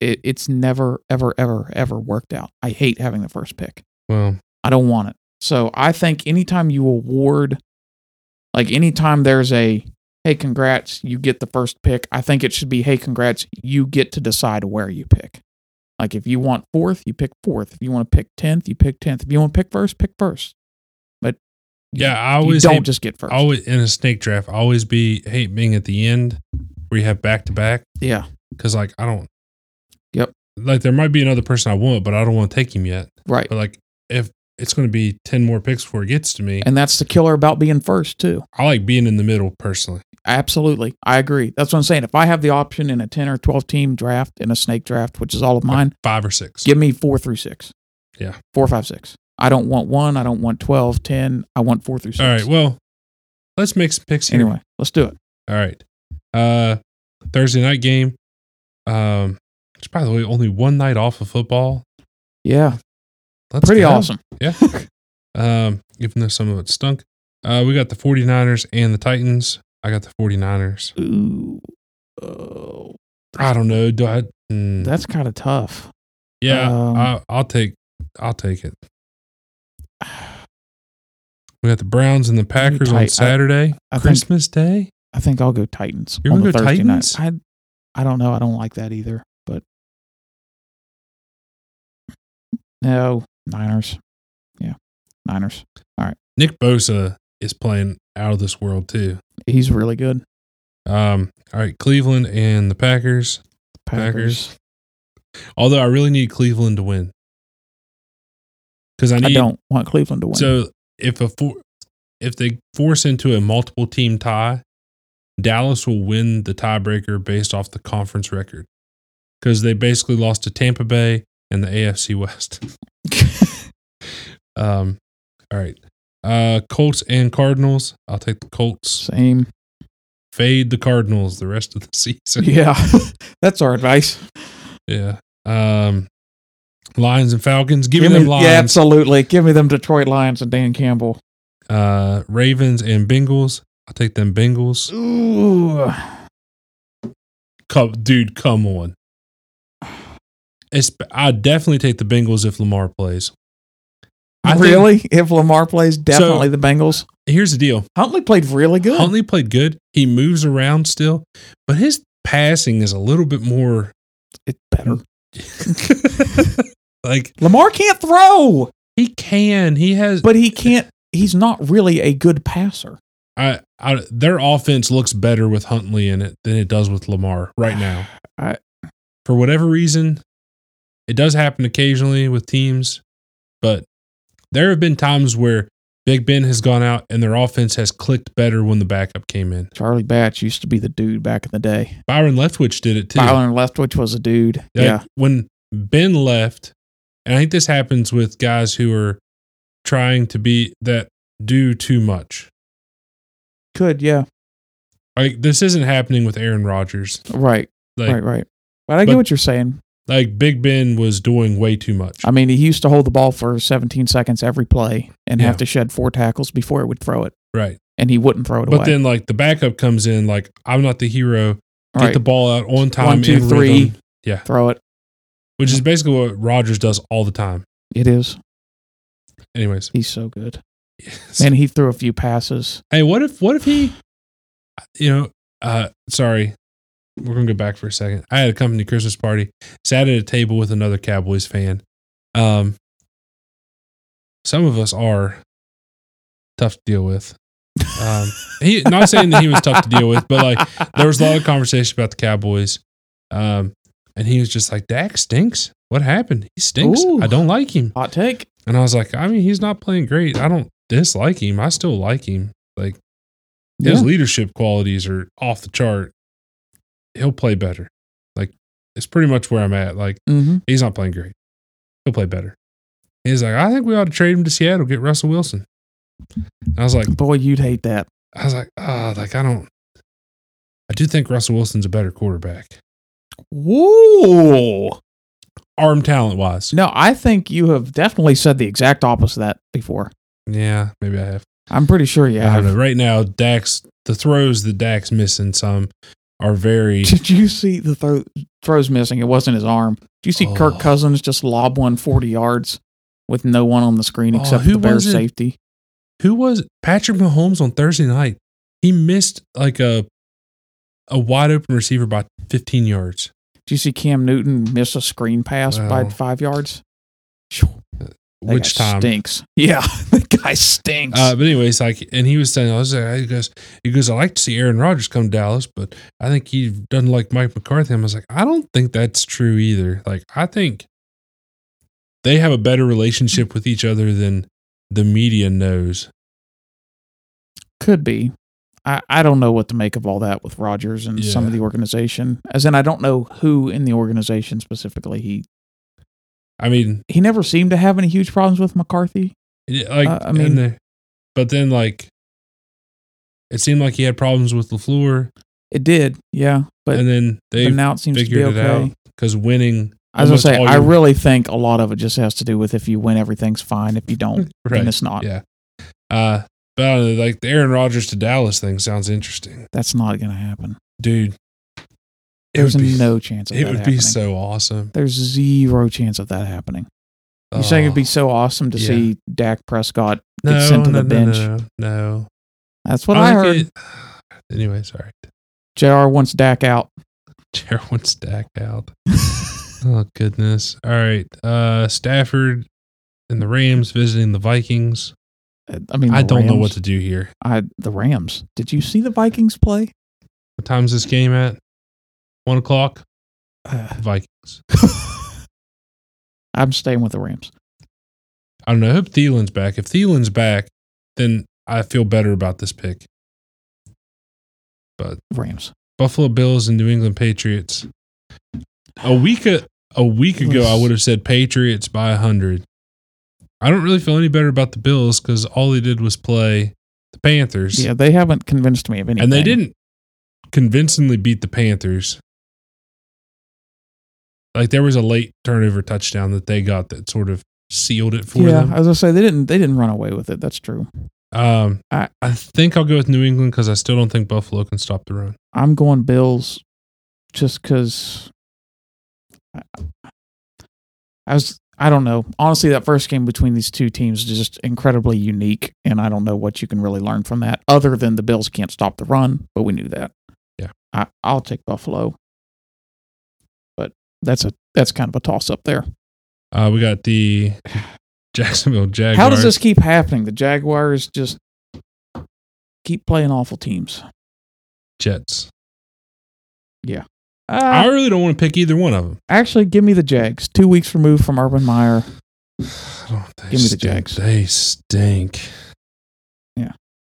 Speaker 2: It, it's never, ever, ever, ever worked out. I hate having the first pick.
Speaker 1: Well,
Speaker 2: I don't want it. So I think anytime you award, like anytime there's a, hey, congrats, you get the first pick, I think it should be, hey, congrats, you get to decide where you pick. Like if you want fourth, you pick fourth. If you want to pick 10th, you pick 10th. If you want to pick first, pick first. But
Speaker 1: yeah. I
Speaker 2: you
Speaker 1: always
Speaker 2: don't
Speaker 1: hate-
Speaker 2: just get first.
Speaker 1: always in a snake draft. I Always be hate being at the end where you have back to back
Speaker 2: yeah,
Speaker 1: because like I don't.
Speaker 2: Yep.
Speaker 1: Like there might be another person I want, but I don't want to take him yet.
Speaker 2: right.
Speaker 1: But like if it's going to be ten more picks before it gets to me,
Speaker 2: And that's the killer about being first, too.
Speaker 1: I like being in the middle personally.
Speaker 2: Absolutely. I agree. That's what I'm saying. If I have the option in a 10 or 12 team draft, in a snake draft, which is all of mine,
Speaker 1: Five or six.
Speaker 2: Give me four through six.
Speaker 1: Yeah.
Speaker 2: Four, five, six. I don't want one. I don't want 12, 10. I want four through six.
Speaker 1: All right. Well, let's make some picks here.
Speaker 2: anyway, let's do it.
Speaker 1: All right. Uh Thursday night game. Um which by the way, only one night off of football.
Speaker 2: Yeah.
Speaker 1: That's
Speaker 2: pretty
Speaker 1: good.
Speaker 2: awesome.
Speaker 1: Um, even though some of it stunk. Uh we got the 49ers and the Titans. I got the 49ers.
Speaker 2: Ooh. Oh,
Speaker 1: I don't know. Do I hmm.
Speaker 2: that's kind of tough.
Speaker 1: yeah,
Speaker 2: um,
Speaker 1: I I'll take I'll take it. We got the Browns and the Packers
Speaker 2: tight. I-
Speaker 1: on Saturday.
Speaker 2: I think-
Speaker 1: Christmas Day.
Speaker 2: I think I'll go Titans.
Speaker 1: You're
Speaker 2: on
Speaker 1: gonna
Speaker 2: the
Speaker 1: go
Speaker 2: Thursday
Speaker 1: Titans?
Speaker 2: Night. I, I don't know. I don't like that either. But no, Niners. Yeah, Niners.
Speaker 1: Nick Bosa is playing out of this world too.
Speaker 2: He's really good.
Speaker 1: Um, all right, Cleveland and the Packers. Packers.
Speaker 2: Packers.
Speaker 1: Although I really need Cleveland to win. Because I
Speaker 2: I
Speaker 1: need
Speaker 2: don't want Cleveland to win.
Speaker 1: so if a four, if they force into a multiple team tie, Dallas will win the tiebreaker based off the conference record. Because they basically lost to Tampa Bay and the AFC West. Um, all right. Uh Colts and Cardinals. I'll take the Colts.
Speaker 2: Same.
Speaker 1: Fade the Cardinals the rest of the season.
Speaker 2: Yeah, that's our advice.
Speaker 1: Yeah. Um Lions and Falcons. Give, me them Lions.
Speaker 2: Yeah, absolutely. Give me them Detroit Lions and Dan Campbell.
Speaker 1: uh, Ravens and Bengals. I'll take them Bengals.
Speaker 2: Ooh.
Speaker 1: Come, dude, come on. It's, I definitely take the Bengals if Lamar plays. I think-
Speaker 2: really? if Lamar plays, definitely the Bengals.
Speaker 1: here's the deal.
Speaker 2: Huntley played really good.
Speaker 1: Huntley played good. He moves around still, but his passing is a little bit more
Speaker 2: It's better.
Speaker 1: like
Speaker 2: Lamar can't throw,
Speaker 1: he can. He has
Speaker 2: but he can't. he's not really a good passer.
Speaker 1: I, I their offense looks better with Huntley in it than it does with Lamar right now.
Speaker 2: I-
Speaker 1: For whatever reason, it does happen occasionally with teams, but there have been times where Big Ben has gone out and their offense has clicked better when the backup came in.
Speaker 2: Charlie Batch used to be the dude back in the day.
Speaker 1: Byron Leftwich did it too.
Speaker 2: Byron Leftwich was a dude.
Speaker 1: Like,
Speaker 2: yeah.
Speaker 1: When Ben left, and I think this happens with guys who are trying to be that do too much.
Speaker 2: Could, yeah.
Speaker 1: Like this isn't happening with Aaron Rodgers.
Speaker 2: Right.
Speaker 1: Like
Speaker 2: right, right. But I
Speaker 1: but-
Speaker 2: get what you're saying.
Speaker 1: like Big Ben was doing way too much.
Speaker 2: I mean, he used to hold the ball for 17 seconds every play and
Speaker 1: Yeah.
Speaker 2: have to shed four tackles before it would throw it,
Speaker 1: right.
Speaker 2: and he wouldn't throw it
Speaker 1: But
Speaker 2: away.
Speaker 1: then like the backup comes in like I'm not the hero. Get
Speaker 2: right.
Speaker 1: the ball out on time
Speaker 2: One, two,
Speaker 1: in
Speaker 2: three. Mm-hmm.
Speaker 1: rhythm,
Speaker 2: throw it.
Speaker 1: which is basically what Rodgers does all the time.
Speaker 2: It is.
Speaker 1: Anyways.
Speaker 2: He's so good. And he threw a few passes.
Speaker 1: Hey, what if what if he you know, uh sorry. We're gonna go back for a second. I had a company Christmas party, sat at a table with another Cowboys fan. Um some of us are tough to deal with. Um he not saying that he was tough to deal with, but like there was a lot of conversation about the Cowboys. Um and he was just like, Dak stinks. What happened? He stinks.
Speaker 2: Ooh.
Speaker 1: I don't like him.
Speaker 2: Hot take.
Speaker 1: And I was like, I mean, he's not playing great. I don't dislike him. I still like him. Like his
Speaker 2: Yeah.
Speaker 1: leadership qualities are off the chart. He'll play better. Like it's pretty much where I'm at. Like
Speaker 2: Mm-hmm.
Speaker 1: he's not playing great. He'll play better. He's like, I think we ought to trade him to Seattle, get Russell Wilson. And I was like,
Speaker 2: Boy, you'd hate that.
Speaker 1: I was like, ah, like I don't. I do think Russell Wilson's a better quarterback,
Speaker 2: Whoa.
Speaker 1: arm talent wise.
Speaker 2: No, I think you have definitely said the exact opposite of that before.
Speaker 1: Yeah, maybe I have.
Speaker 2: I'm pretty sure you
Speaker 1: I don't know.
Speaker 2: have.
Speaker 1: Right now, Dax, the throws that Dax missing some are very.
Speaker 2: Did you see the throw, throws missing? It wasn't his arm. Did you see
Speaker 1: Oh.
Speaker 2: Kirk Cousins just lob one 40 yards with no one on the screen
Speaker 1: Oh,
Speaker 2: except
Speaker 1: who
Speaker 2: the
Speaker 1: was
Speaker 2: Bears
Speaker 1: it?
Speaker 2: safety?
Speaker 1: Who was Patrick Mahomes on Thursday night? He missed like a a wide open receiver by 15 yards.
Speaker 2: Did you see Cam Newton miss a screen pass by
Speaker 1: Well.
Speaker 2: five yards? Phew, that
Speaker 1: Which
Speaker 2: guy
Speaker 1: time?
Speaker 2: stinks? Yeah, that guy stinks.
Speaker 1: Uh, but anyways, like, and he was saying, I was like, he goes, he goes, I like to see Aaron Rodgers come to Dallas, but I think he doesn't like Mike McCarthy. I was like, I don't think that's true either. Like, I think they have a better relationship with each other than the media knows.
Speaker 2: Could be. I, I don't know what to make of all that with Rodgers and some of
Speaker 1: Yeah.
Speaker 2: the organization. As in, I don't know who in the organization specifically he
Speaker 1: I mean,
Speaker 2: he never seemed to have any huge problems with McCarthy.
Speaker 1: Yeah, like
Speaker 2: Uh, I
Speaker 1: and
Speaker 2: mean-
Speaker 1: the- but then like it seemed like he had problems with Lafleur,
Speaker 2: It did, yeah, but,
Speaker 1: and then
Speaker 2: but
Speaker 1: they
Speaker 2: now it seems to be
Speaker 1: figured it out
Speaker 2: okay.
Speaker 1: because winning.
Speaker 2: I was gonna
Speaker 1: almost
Speaker 2: say,
Speaker 1: all
Speaker 2: I
Speaker 1: your-
Speaker 2: really think a lot of it just has to do with if you win, everything's fine. If you don't,
Speaker 1: Right.
Speaker 2: then it's not.
Speaker 1: Yeah. Uh, but I don't know, like the Aaron Rodgers to Dallas thing sounds interesting,
Speaker 2: That's not going to happen.
Speaker 1: dude. It
Speaker 2: There's
Speaker 1: would be
Speaker 2: no chance. Of
Speaker 1: it
Speaker 2: that
Speaker 1: would
Speaker 2: happening.
Speaker 1: be so awesome.
Speaker 2: There's zero chance of that happening. You saying it'd be so awesome to
Speaker 1: Oh, yeah.
Speaker 2: see Dak Prescott?
Speaker 1: Oh, no,
Speaker 2: sent to
Speaker 1: no,
Speaker 2: the
Speaker 1: no,
Speaker 2: bench?
Speaker 1: No, no.
Speaker 2: That's what I,
Speaker 1: think
Speaker 2: heard.
Speaker 1: it- anyway, sorry.
Speaker 2: Jr. wants Dak out.
Speaker 1: Jerwin Stack out. oh goodness. All right. Uh Stafford and the Rams visiting the Vikings.
Speaker 2: I mean,
Speaker 1: I
Speaker 2: the
Speaker 1: don't know what
Speaker 2: Rams-
Speaker 1: to do here.
Speaker 2: I the Rams. Did you see the Vikings play?
Speaker 1: What time's this game at? One o'clock?
Speaker 2: Uh,
Speaker 1: Vikings.
Speaker 2: I'm staying with the Rams.
Speaker 1: I don't know. I hope Thielen's back. If Thielen's back, then I feel better about this pick.
Speaker 2: Rams.
Speaker 1: Buffalo Bills and New England Patriots. A week a, a week ago, I would have said Patriots by hundred. I don't really feel any better about the Bills because all they did was play the Panthers,
Speaker 2: Yeah, they haven't convinced me of anything.
Speaker 1: and they didn't convincingly beat the Panthers. Like there was a late turnover touchdown that they got that sort of sealed it for
Speaker 2: yeah,
Speaker 1: them.
Speaker 2: I was gonna say they didn't. They didn't run away with it. That's true.
Speaker 1: Um, I,
Speaker 2: I-
Speaker 1: I think I'll go with New England because I still don't think Buffalo can stop the run.
Speaker 2: I'm going Bills, just because. I, I was. I don't know. Honestly, that first game between these two teams is just incredibly unique, and I don't know what you can really learn from that, other than the Bills can't stop the run. But we knew that.
Speaker 1: Yeah.
Speaker 2: I, I'll take Buffalo, but that's a that's kind of a toss up there.
Speaker 1: Uh, we got the Jacksonville Jaguars.
Speaker 2: How does this keep happening? The Jaguars just keep playing awful teams.
Speaker 1: Jets? I
Speaker 2: Uh,
Speaker 1: really don't want to pick either one of them.
Speaker 2: actually, give me the Jags. Two weeks removed from Urban Meyer.
Speaker 1: I don't, Oh, they
Speaker 2: Give me the
Speaker 1: stink.
Speaker 2: Jags.
Speaker 1: They stink.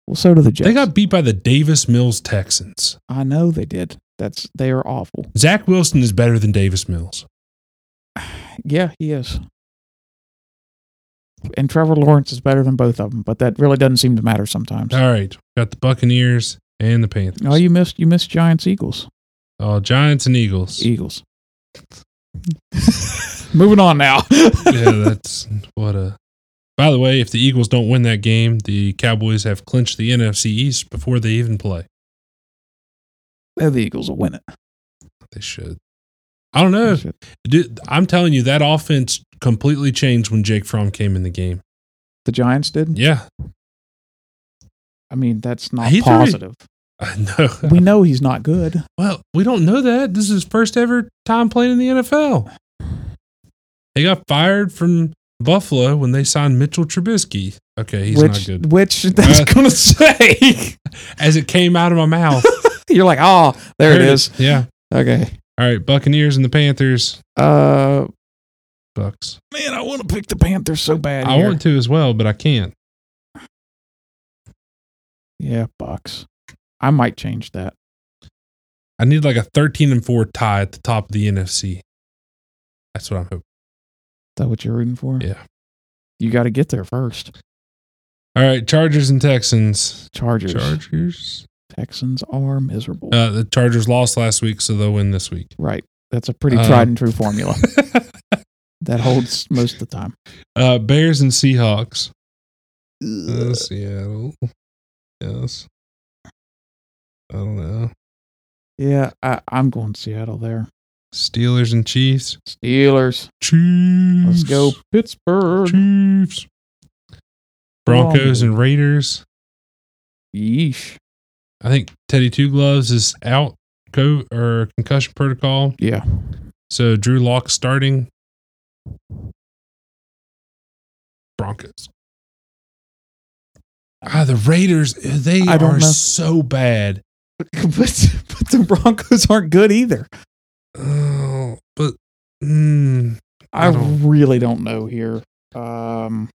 Speaker 2: Well, so do the Jets.
Speaker 1: They got beat by the Davis Mills Texans.
Speaker 2: I know they did. That's they are awful.
Speaker 1: Zach Wilson is better than Davis Mills.
Speaker 2: Yeah, he is. And Trevor Lawrence is better than both of them, but that really doesn't seem to matter sometimes.
Speaker 1: All right, got the Buccaneers and the Panthers.
Speaker 2: Oh, you missed you missed Giants Eagles.
Speaker 1: Oh, Giants and Eagles.
Speaker 2: Eagles. Moving on now.
Speaker 1: yeah, that's what a. By the way, if the Eagles don't win that game, the Cowboys have clinched the NFC East before they even play.
Speaker 2: Yeah, Oh, the Eagles will win it.
Speaker 1: They should. I don't know. Dude, I'm telling you, that offense completely changed when Jake Fromm came in the game.
Speaker 2: The Giants did.
Speaker 1: Yeah,
Speaker 2: I mean, that's not
Speaker 1: He's already-
Speaker 2: positive.
Speaker 1: I know.
Speaker 2: we know he's not good.
Speaker 1: Well, we don't know that. This is his first ever time playing in the NFL. He got fired from Buffalo when they signed Mitchell Trubisky. Okay, he's
Speaker 2: which,
Speaker 1: not good.
Speaker 2: Which that's
Speaker 1: Uh,
Speaker 2: gonna say.
Speaker 1: As it came out of my mouth.
Speaker 2: You're like, oh, there, it is.
Speaker 1: Yeah.
Speaker 2: Okay.
Speaker 1: All right, Buccaneers and the Panthers.
Speaker 2: Uh,
Speaker 1: Bucks.
Speaker 2: man, I want to pick the Panthers so bad.
Speaker 1: I
Speaker 2: here.
Speaker 1: want to as well, but I can't.
Speaker 2: Yeah, Bucks. I might change that.
Speaker 1: I need like a 13 and 4 tie at the top of the NFC. That's what I'm hoping.
Speaker 2: Is that what you're rooting for?
Speaker 1: Yeah.
Speaker 2: You got to get there first.
Speaker 1: All right, Chargers and Texans.
Speaker 2: Chargers.
Speaker 1: Chargers.
Speaker 2: Texans are miserable.
Speaker 1: Uh, the Chargers lost last week, so they'll win this week.
Speaker 2: right. That's a pretty
Speaker 1: uh,
Speaker 2: tried and true formula that holds most of the time.
Speaker 1: uh, Bears and Seahawks. Uh, Seattle. Yes. I don't know.
Speaker 2: Yeah, I, I'm going Seattle there.
Speaker 1: Steelers and Chiefs.
Speaker 2: Steelers.
Speaker 1: Chiefs.
Speaker 2: Let's go Pittsburgh.
Speaker 1: Chiefs. Broncos and Raiders.
Speaker 2: Yeesh.
Speaker 1: I think Teddy Two Gloves is out co- or concussion protocol.
Speaker 2: Yeah.
Speaker 1: So Drew Lock starting. Broncos. Ah, the Raiders, they
Speaker 2: I don't
Speaker 1: are
Speaker 2: know.
Speaker 1: so bad.
Speaker 2: but, but the Broncos aren't good either.
Speaker 1: Oh, but mm,
Speaker 2: I,
Speaker 1: I don't-
Speaker 2: really don't know here. Um,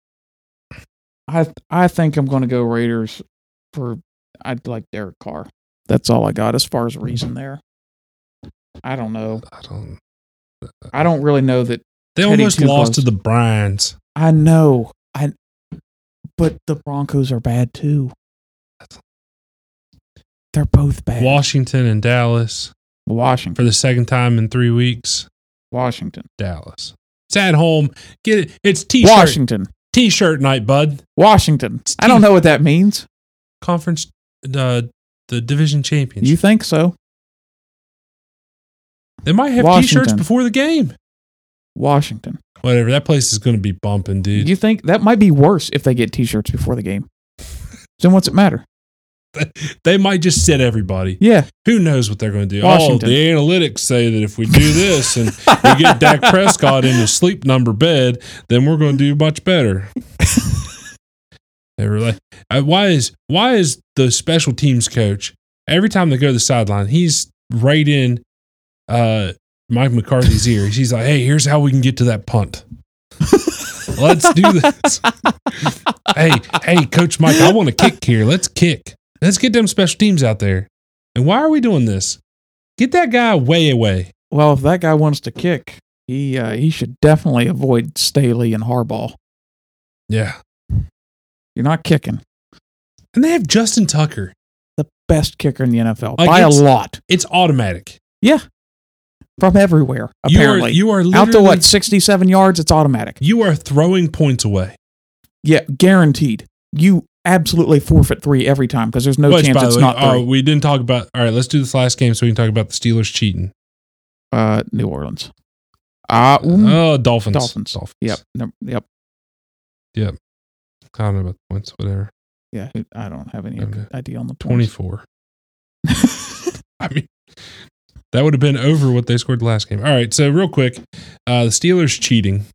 Speaker 2: I I think I'm going to go Raiders for I'd like Derek Carr. That's all I got as far as reason there. I don't know.
Speaker 1: I don't.
Speaker 2: I don't really know that.
Speaker 1: They
Speaker 2: Teddy
Speaker 1: almost
Speaker 2: Two
Speaker 1: lost
Speaker 2: Gloves.
Speaker 1: to the Browns.
Speaker 2: I know. I. But the Broncos are bad too. They're both bad.
Speaker 1: Washington and Dallas for
Speaker 2: Washington.
Speaker 1: the second time in three weeks.
Speaker 2: Washington.
Speaker 1: Dallas. It's at home. Get it. It's t-shirt.
Speaker 2: Washington.
Speaker 1: T-shirt night, bud.
Speaker 2: Washington. I don't know what that means.
Speaker 1: Conference. Uh, the division champions.
Speaker 2: You think so?
Speaker 1: they might have t-shirts
Speaker 2: Washington.
Speaker 1: before the game.
Speaker 2: Washington.
Speaker 1: Whatever. That place is going to be bumping, dude.
Speaker 2: You think that might be worse if they get T-shirts before the game? Then what's it matter?
Speaker 1: they might just sit everybody.
Speaker 2: Yeah,
Speaker 1: Who knows what they're going to do?
Speaker 2: Washington.
Speaker 1: Oh, the analytics say that if we do this and we get Dak Prescott in a sleep number bed, then we're going to do much better. they were like, uh, why is why is the special teams coach every time they go to the sideline, he's right in uh, Mike McCarthy's ear. He's like, hey, here's how we can get to that punt. Let's do this. hey, hey, Coach Mike, I want to kick here. Let's kick. Let's get them special teams out there. And why are we doing this? Get that guy way away.
Speaker 2: Well, if that guy wants to kick, he uh, he should definitely avoid Staley and Harbaugh.
Speaker 1: Yeah.
Speaker 2: You're not kicking
Speaker 1: And they have Justin Tucker.
Speaker 2: the best kicker in the NFL
Speaker 1: Like,
Speaker 2: by a
Speaker 1: it's-
Speaker 2: lot
Speaker 1: It's automatic.
Speaker 2: from everywhere. Apparently,
Speaker 1: you are you are
Speaker 2: out to
Speaker 1: literally-
Speaker 2: what 67 yards, it's automatic.
Speaker 1: You are throwing points away.
Speaker 2: Yeah, guaranteed. You absolutely forfeit three every time because there's no
Speaker 1: Which,
Speaker 2: chance
Speaker 1: by the
Speaker 2: it's
Speaker 1: way,
Speaker 2: not
Speaker 1: oh,
Speaker 2: three.
Speaker 1: we didn't talk about. All right, let's do this last game so we can talk about the Steelers cheating.
Speaker 2: Uh, New Orleans. Uh, mm,
Speaker 1: Oh, Dolphins.
Speaker 2: Dolphins.
Speaker 1: Dolphins.
Speaker 2: yep, no, yep.
Speaker 1: I don't know about the points. Whatever.
Speaker 2: Yeah, I don't have any
Speaker 1: Okay.
Speaker 2: idea on the points.
Speaker 1: Twenty-four. I mean, that would have been over what they scored the last game. All right, so real quick, uh, the Steelers cheating.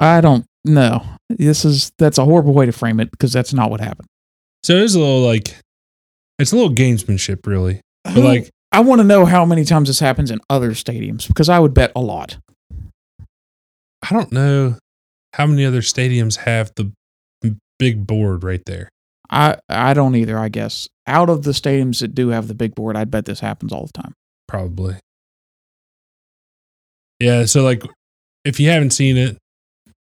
Speaker 2: I don't know. This is that's a horrible way to frame it because that's not what happened.
Speaker 1: So it is a little like it's a little gamesmanship, really. But like,
Speaker 2: I want to know how many times this happens in other stadiums because I would bet a lot.
Speaker 1: I don't know how many other stadiums have the m- big board right there.
Speaker 2: I I don't either. I guess out of the stadiums that do have the big board, I'd bet this happens all the time.
Speaker 1: Probably. Yeah. So like, if you haven't seen it,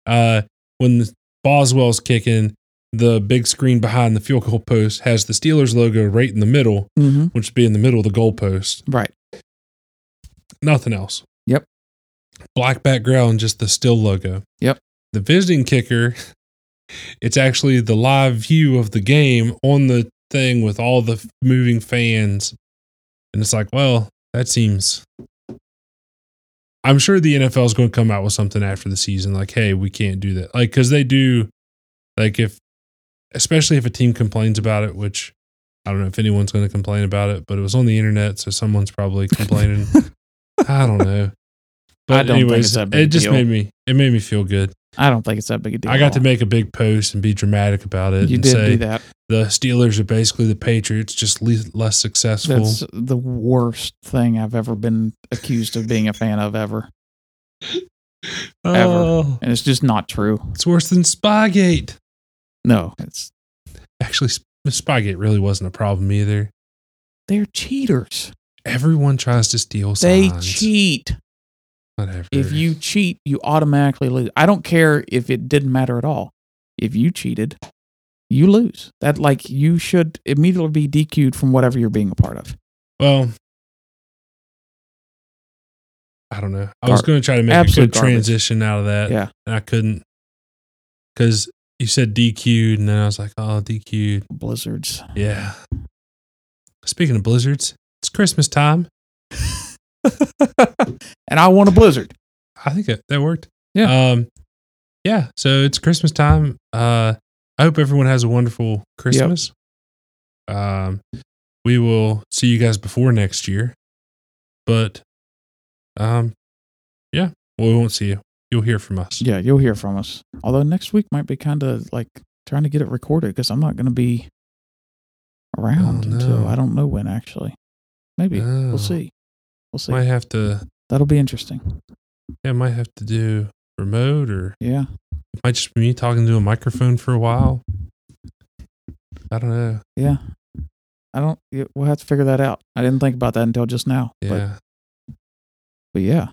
Speaker 1: uh, when the Boswell's kicking, the big screen behind the field goal post has the Steelers logo right in the middle,
Speaker 2: Mm-hmm.
Speaker 1: which would be in the middle of the goal post.
Speaker 2: Right.
Speaker 1: Nothing else.
Speaker 2: Yep.
Speaker 1: Black background, just the still logo.
Speaker 2: Yep.
Speaker 1: The visiting kicker, it's actually the live view of the game on the thing with all the f- moving fans. And it's like, well, that seems. I'm sure the NFL is going to come out with something after the season like, hey, we can't do that. Like, because they do, like, if, especially if a team complains about it, which I don't know if anyone's going to complain about it, but it was on the internet. So someone's probably complaining. I don't know. But
Speaker 2: I don't think
Speaker 1: anyways,
Speaker 2: it's that big a
Speaker 1: it just
Speaker 2: deal.
Speaker 1: made me it made me feel good.
Speaker 2: I don't think it's that big a deal.
Speaker 1: I got to
Speaker 2: at
Speaker 1: make a big post and be dramatic about
Speaker 2: all.
Speaker 1: it
Speaker 2: You
Speaker 1: and
Speaker 2: did
Speaker 1: say
Speaker 2: do that.
Speaker 1: the Steelers are basically the Patriots, just le- less successful.
Speaker 2: That's the worst thing I've ever been accused of being a fan of ever, ever.
Speaker 1: Oh,
Speaker 2: and it's just not true.
Speaker 1: it's worse than Spygate.
Speaker 2: No, it's
Speaker 1: Actually, Sp- Spygate really wasn't a problem either.
Speaker 2: they're cheaters.
Speaker 1: Everyone tries to steal
Speaker 2: They
Speaker 1: signs.
Speaker 2: cheat.
Speaker 1: Whatever.
Speaker 2: If you cheat, you automatically lose. I don't care if it didn't matter at all. If you cheated, you lose. That like you should immediately be DQ'd from whatever you're being a part of.
Speaker 1: well, I don't know. I was
Speaker 2: Gar-
Speaker 1: going to try to make a
Speaker 2: absolute
Speaker 1: good
Speaker 2: garbage.
Speaker 1: transition out of that.
Speaker 2: Yeah.
Speaker 1: and I couldn't because you said DQ'd, and then I was like, oh, DQ'd.
Speaker 2: Blizzards.
Speaker 1: Yeah. Speaking of blizzards, it's Christmas time.
Speaker 2: And I want a blizzard.
Speaker 1: I think that, that worked. Yeah. Um, yeah. So it's Christmas time. Uh, I hope everyone has a wonderful Christmas. Um, we will see you guys before next year, but, um, yeah, well, we won't see you. You'll hear from us.
Speaker 2: Yeah, you'll hear from us. Although next week might be kind of like trying to get it recorded because I'm not going to be around
Speaker 1: Oh, no.
Speaker 2: until I don't know when actually. Maybe
Speaker 1: Oh.
Speaker 2: we'll see. We'll see.
Speaker 1: Might have to.
Speaker 2: That'll be interesting.
Speaker 1: Yeah, might have to do remote, or
Speaker 2: Yeah.
Speaker 1: it might just be me talking to a microphone for a while. I don't know.
Speaker 2: Yeah. I don't, yeah, we'll have to figure that out. I didn't think about that until just now.
Speaker 1: Yeah.
Speaker 2: But, but yeah.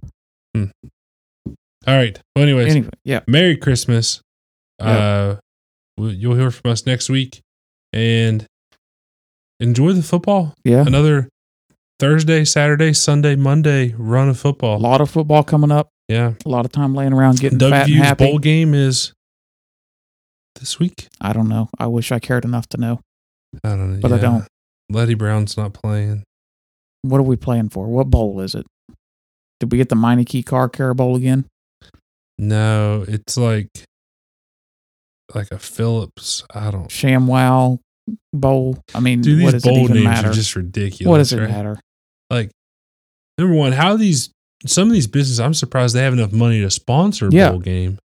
Speaker 1: All right. Well, anyways,
Speaker 2: Anyway, yeah.
Speaker 1: Merry Christmas.
Speaker 2: Yeah.
Speaker 1: Uh, we- you'll hear from us next week, and enjoy the football.
Speaker 2: Yeah.
Speaker 1: Another Thursday, Saturday, Sunday, Monday run of
Speaker 2: A
Speaker 1: football.
Speaker 2: lot of football coming up.
Speaker 1: Yeah.
Speaker 2: A lot of time laying around getting
Speaker 1: Doug
Speaker 2: fat and
Speaker 1: Hughes
Speaker 2: happy.
Speaker 1: bowl game is this week.
Speaker 2: I don't know. I wish I cared enough to know,
Speaker 1: I don't know,
Speaker 2: but I
Speaker 1: yeah.
Speaker 2: don't.
Speaker 1: Letty Brown's not playing.
Speaker 2: What are we playing for? What bowl is it? Did we get the Meineke Car Care Bowl again?
Speaker 1: No, it's like like a Phillips. I don't.
Speaker 2: ShamWow Bowl. I mean,
Speaker 1: Dude,
Speaker 2: what
Speaker 1: these
Speaker 2: does
Speaker 1: bowl
Speaker 2: it even
Speaker 1: names
Speaker 2: matter?
Speaker 1: are just ridiculous.
Speaker 2: what does it
Speaker 1: right?
Speaker 2: matter?
Speaker 1: like number one, how these some of these businesses I'm surprised they have enough money to sponsor a
Speaker 2: Yeah.
Speaker 1: bowl game.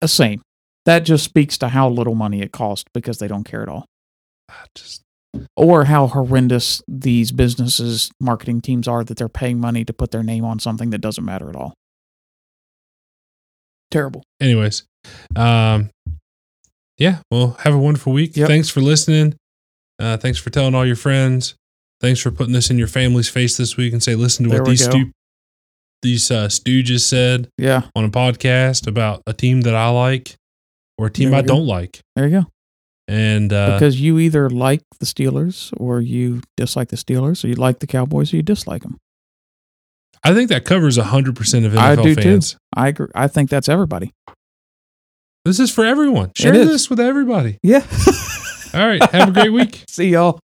Speaker 2: The same. That just speaks to how little money it costs because they don't care at all,
Speaker 1: I just
Speaker 2: or how horrendous these businesses' marketing teams are that they're paying money to put their name on something that doesn't matter at all. Terrible.
Speaker 1: anyways. Um yeah, well, have a wonderful week.
Speaker 2: Yep.
Speaker 1: Thanks for listening. Uh thanks for telling all your friends. Thanks for putting this in your family's face this week and say listen to
Speaker 2: There
Speaker 1: what
Speaker 2: we
Speaker 1: these
Speaker 2: go.
Speaker 1: stu- these uh, stooges said
Speaker 2: Yeah.
Speaker 1: on a podcast about a team that I like or a team
Speaker 2: There we
Speaker 1: I
Speaker 2: go.
Speaker 1: don't like.
Speaker 2: There you go.
Speaker 1: And uh
Speaker 2: because you either like the Steelers or you dislike the Steelers, or you like the Cowboys or you dislike them.
Speaker 1: I think that covers 100% of NFL
Speaker 2: I do too.
Speaker 1: fans.
Speaker 2: I agree. I think that's everybody.
Speaker 1: This is for everyone. Share
Speaker 2: is.
Speaker 1: this with everybody.
Speaker 2: Yeah.
Speaker 1: All right. Have a great week.
Speaker 2: See y'all.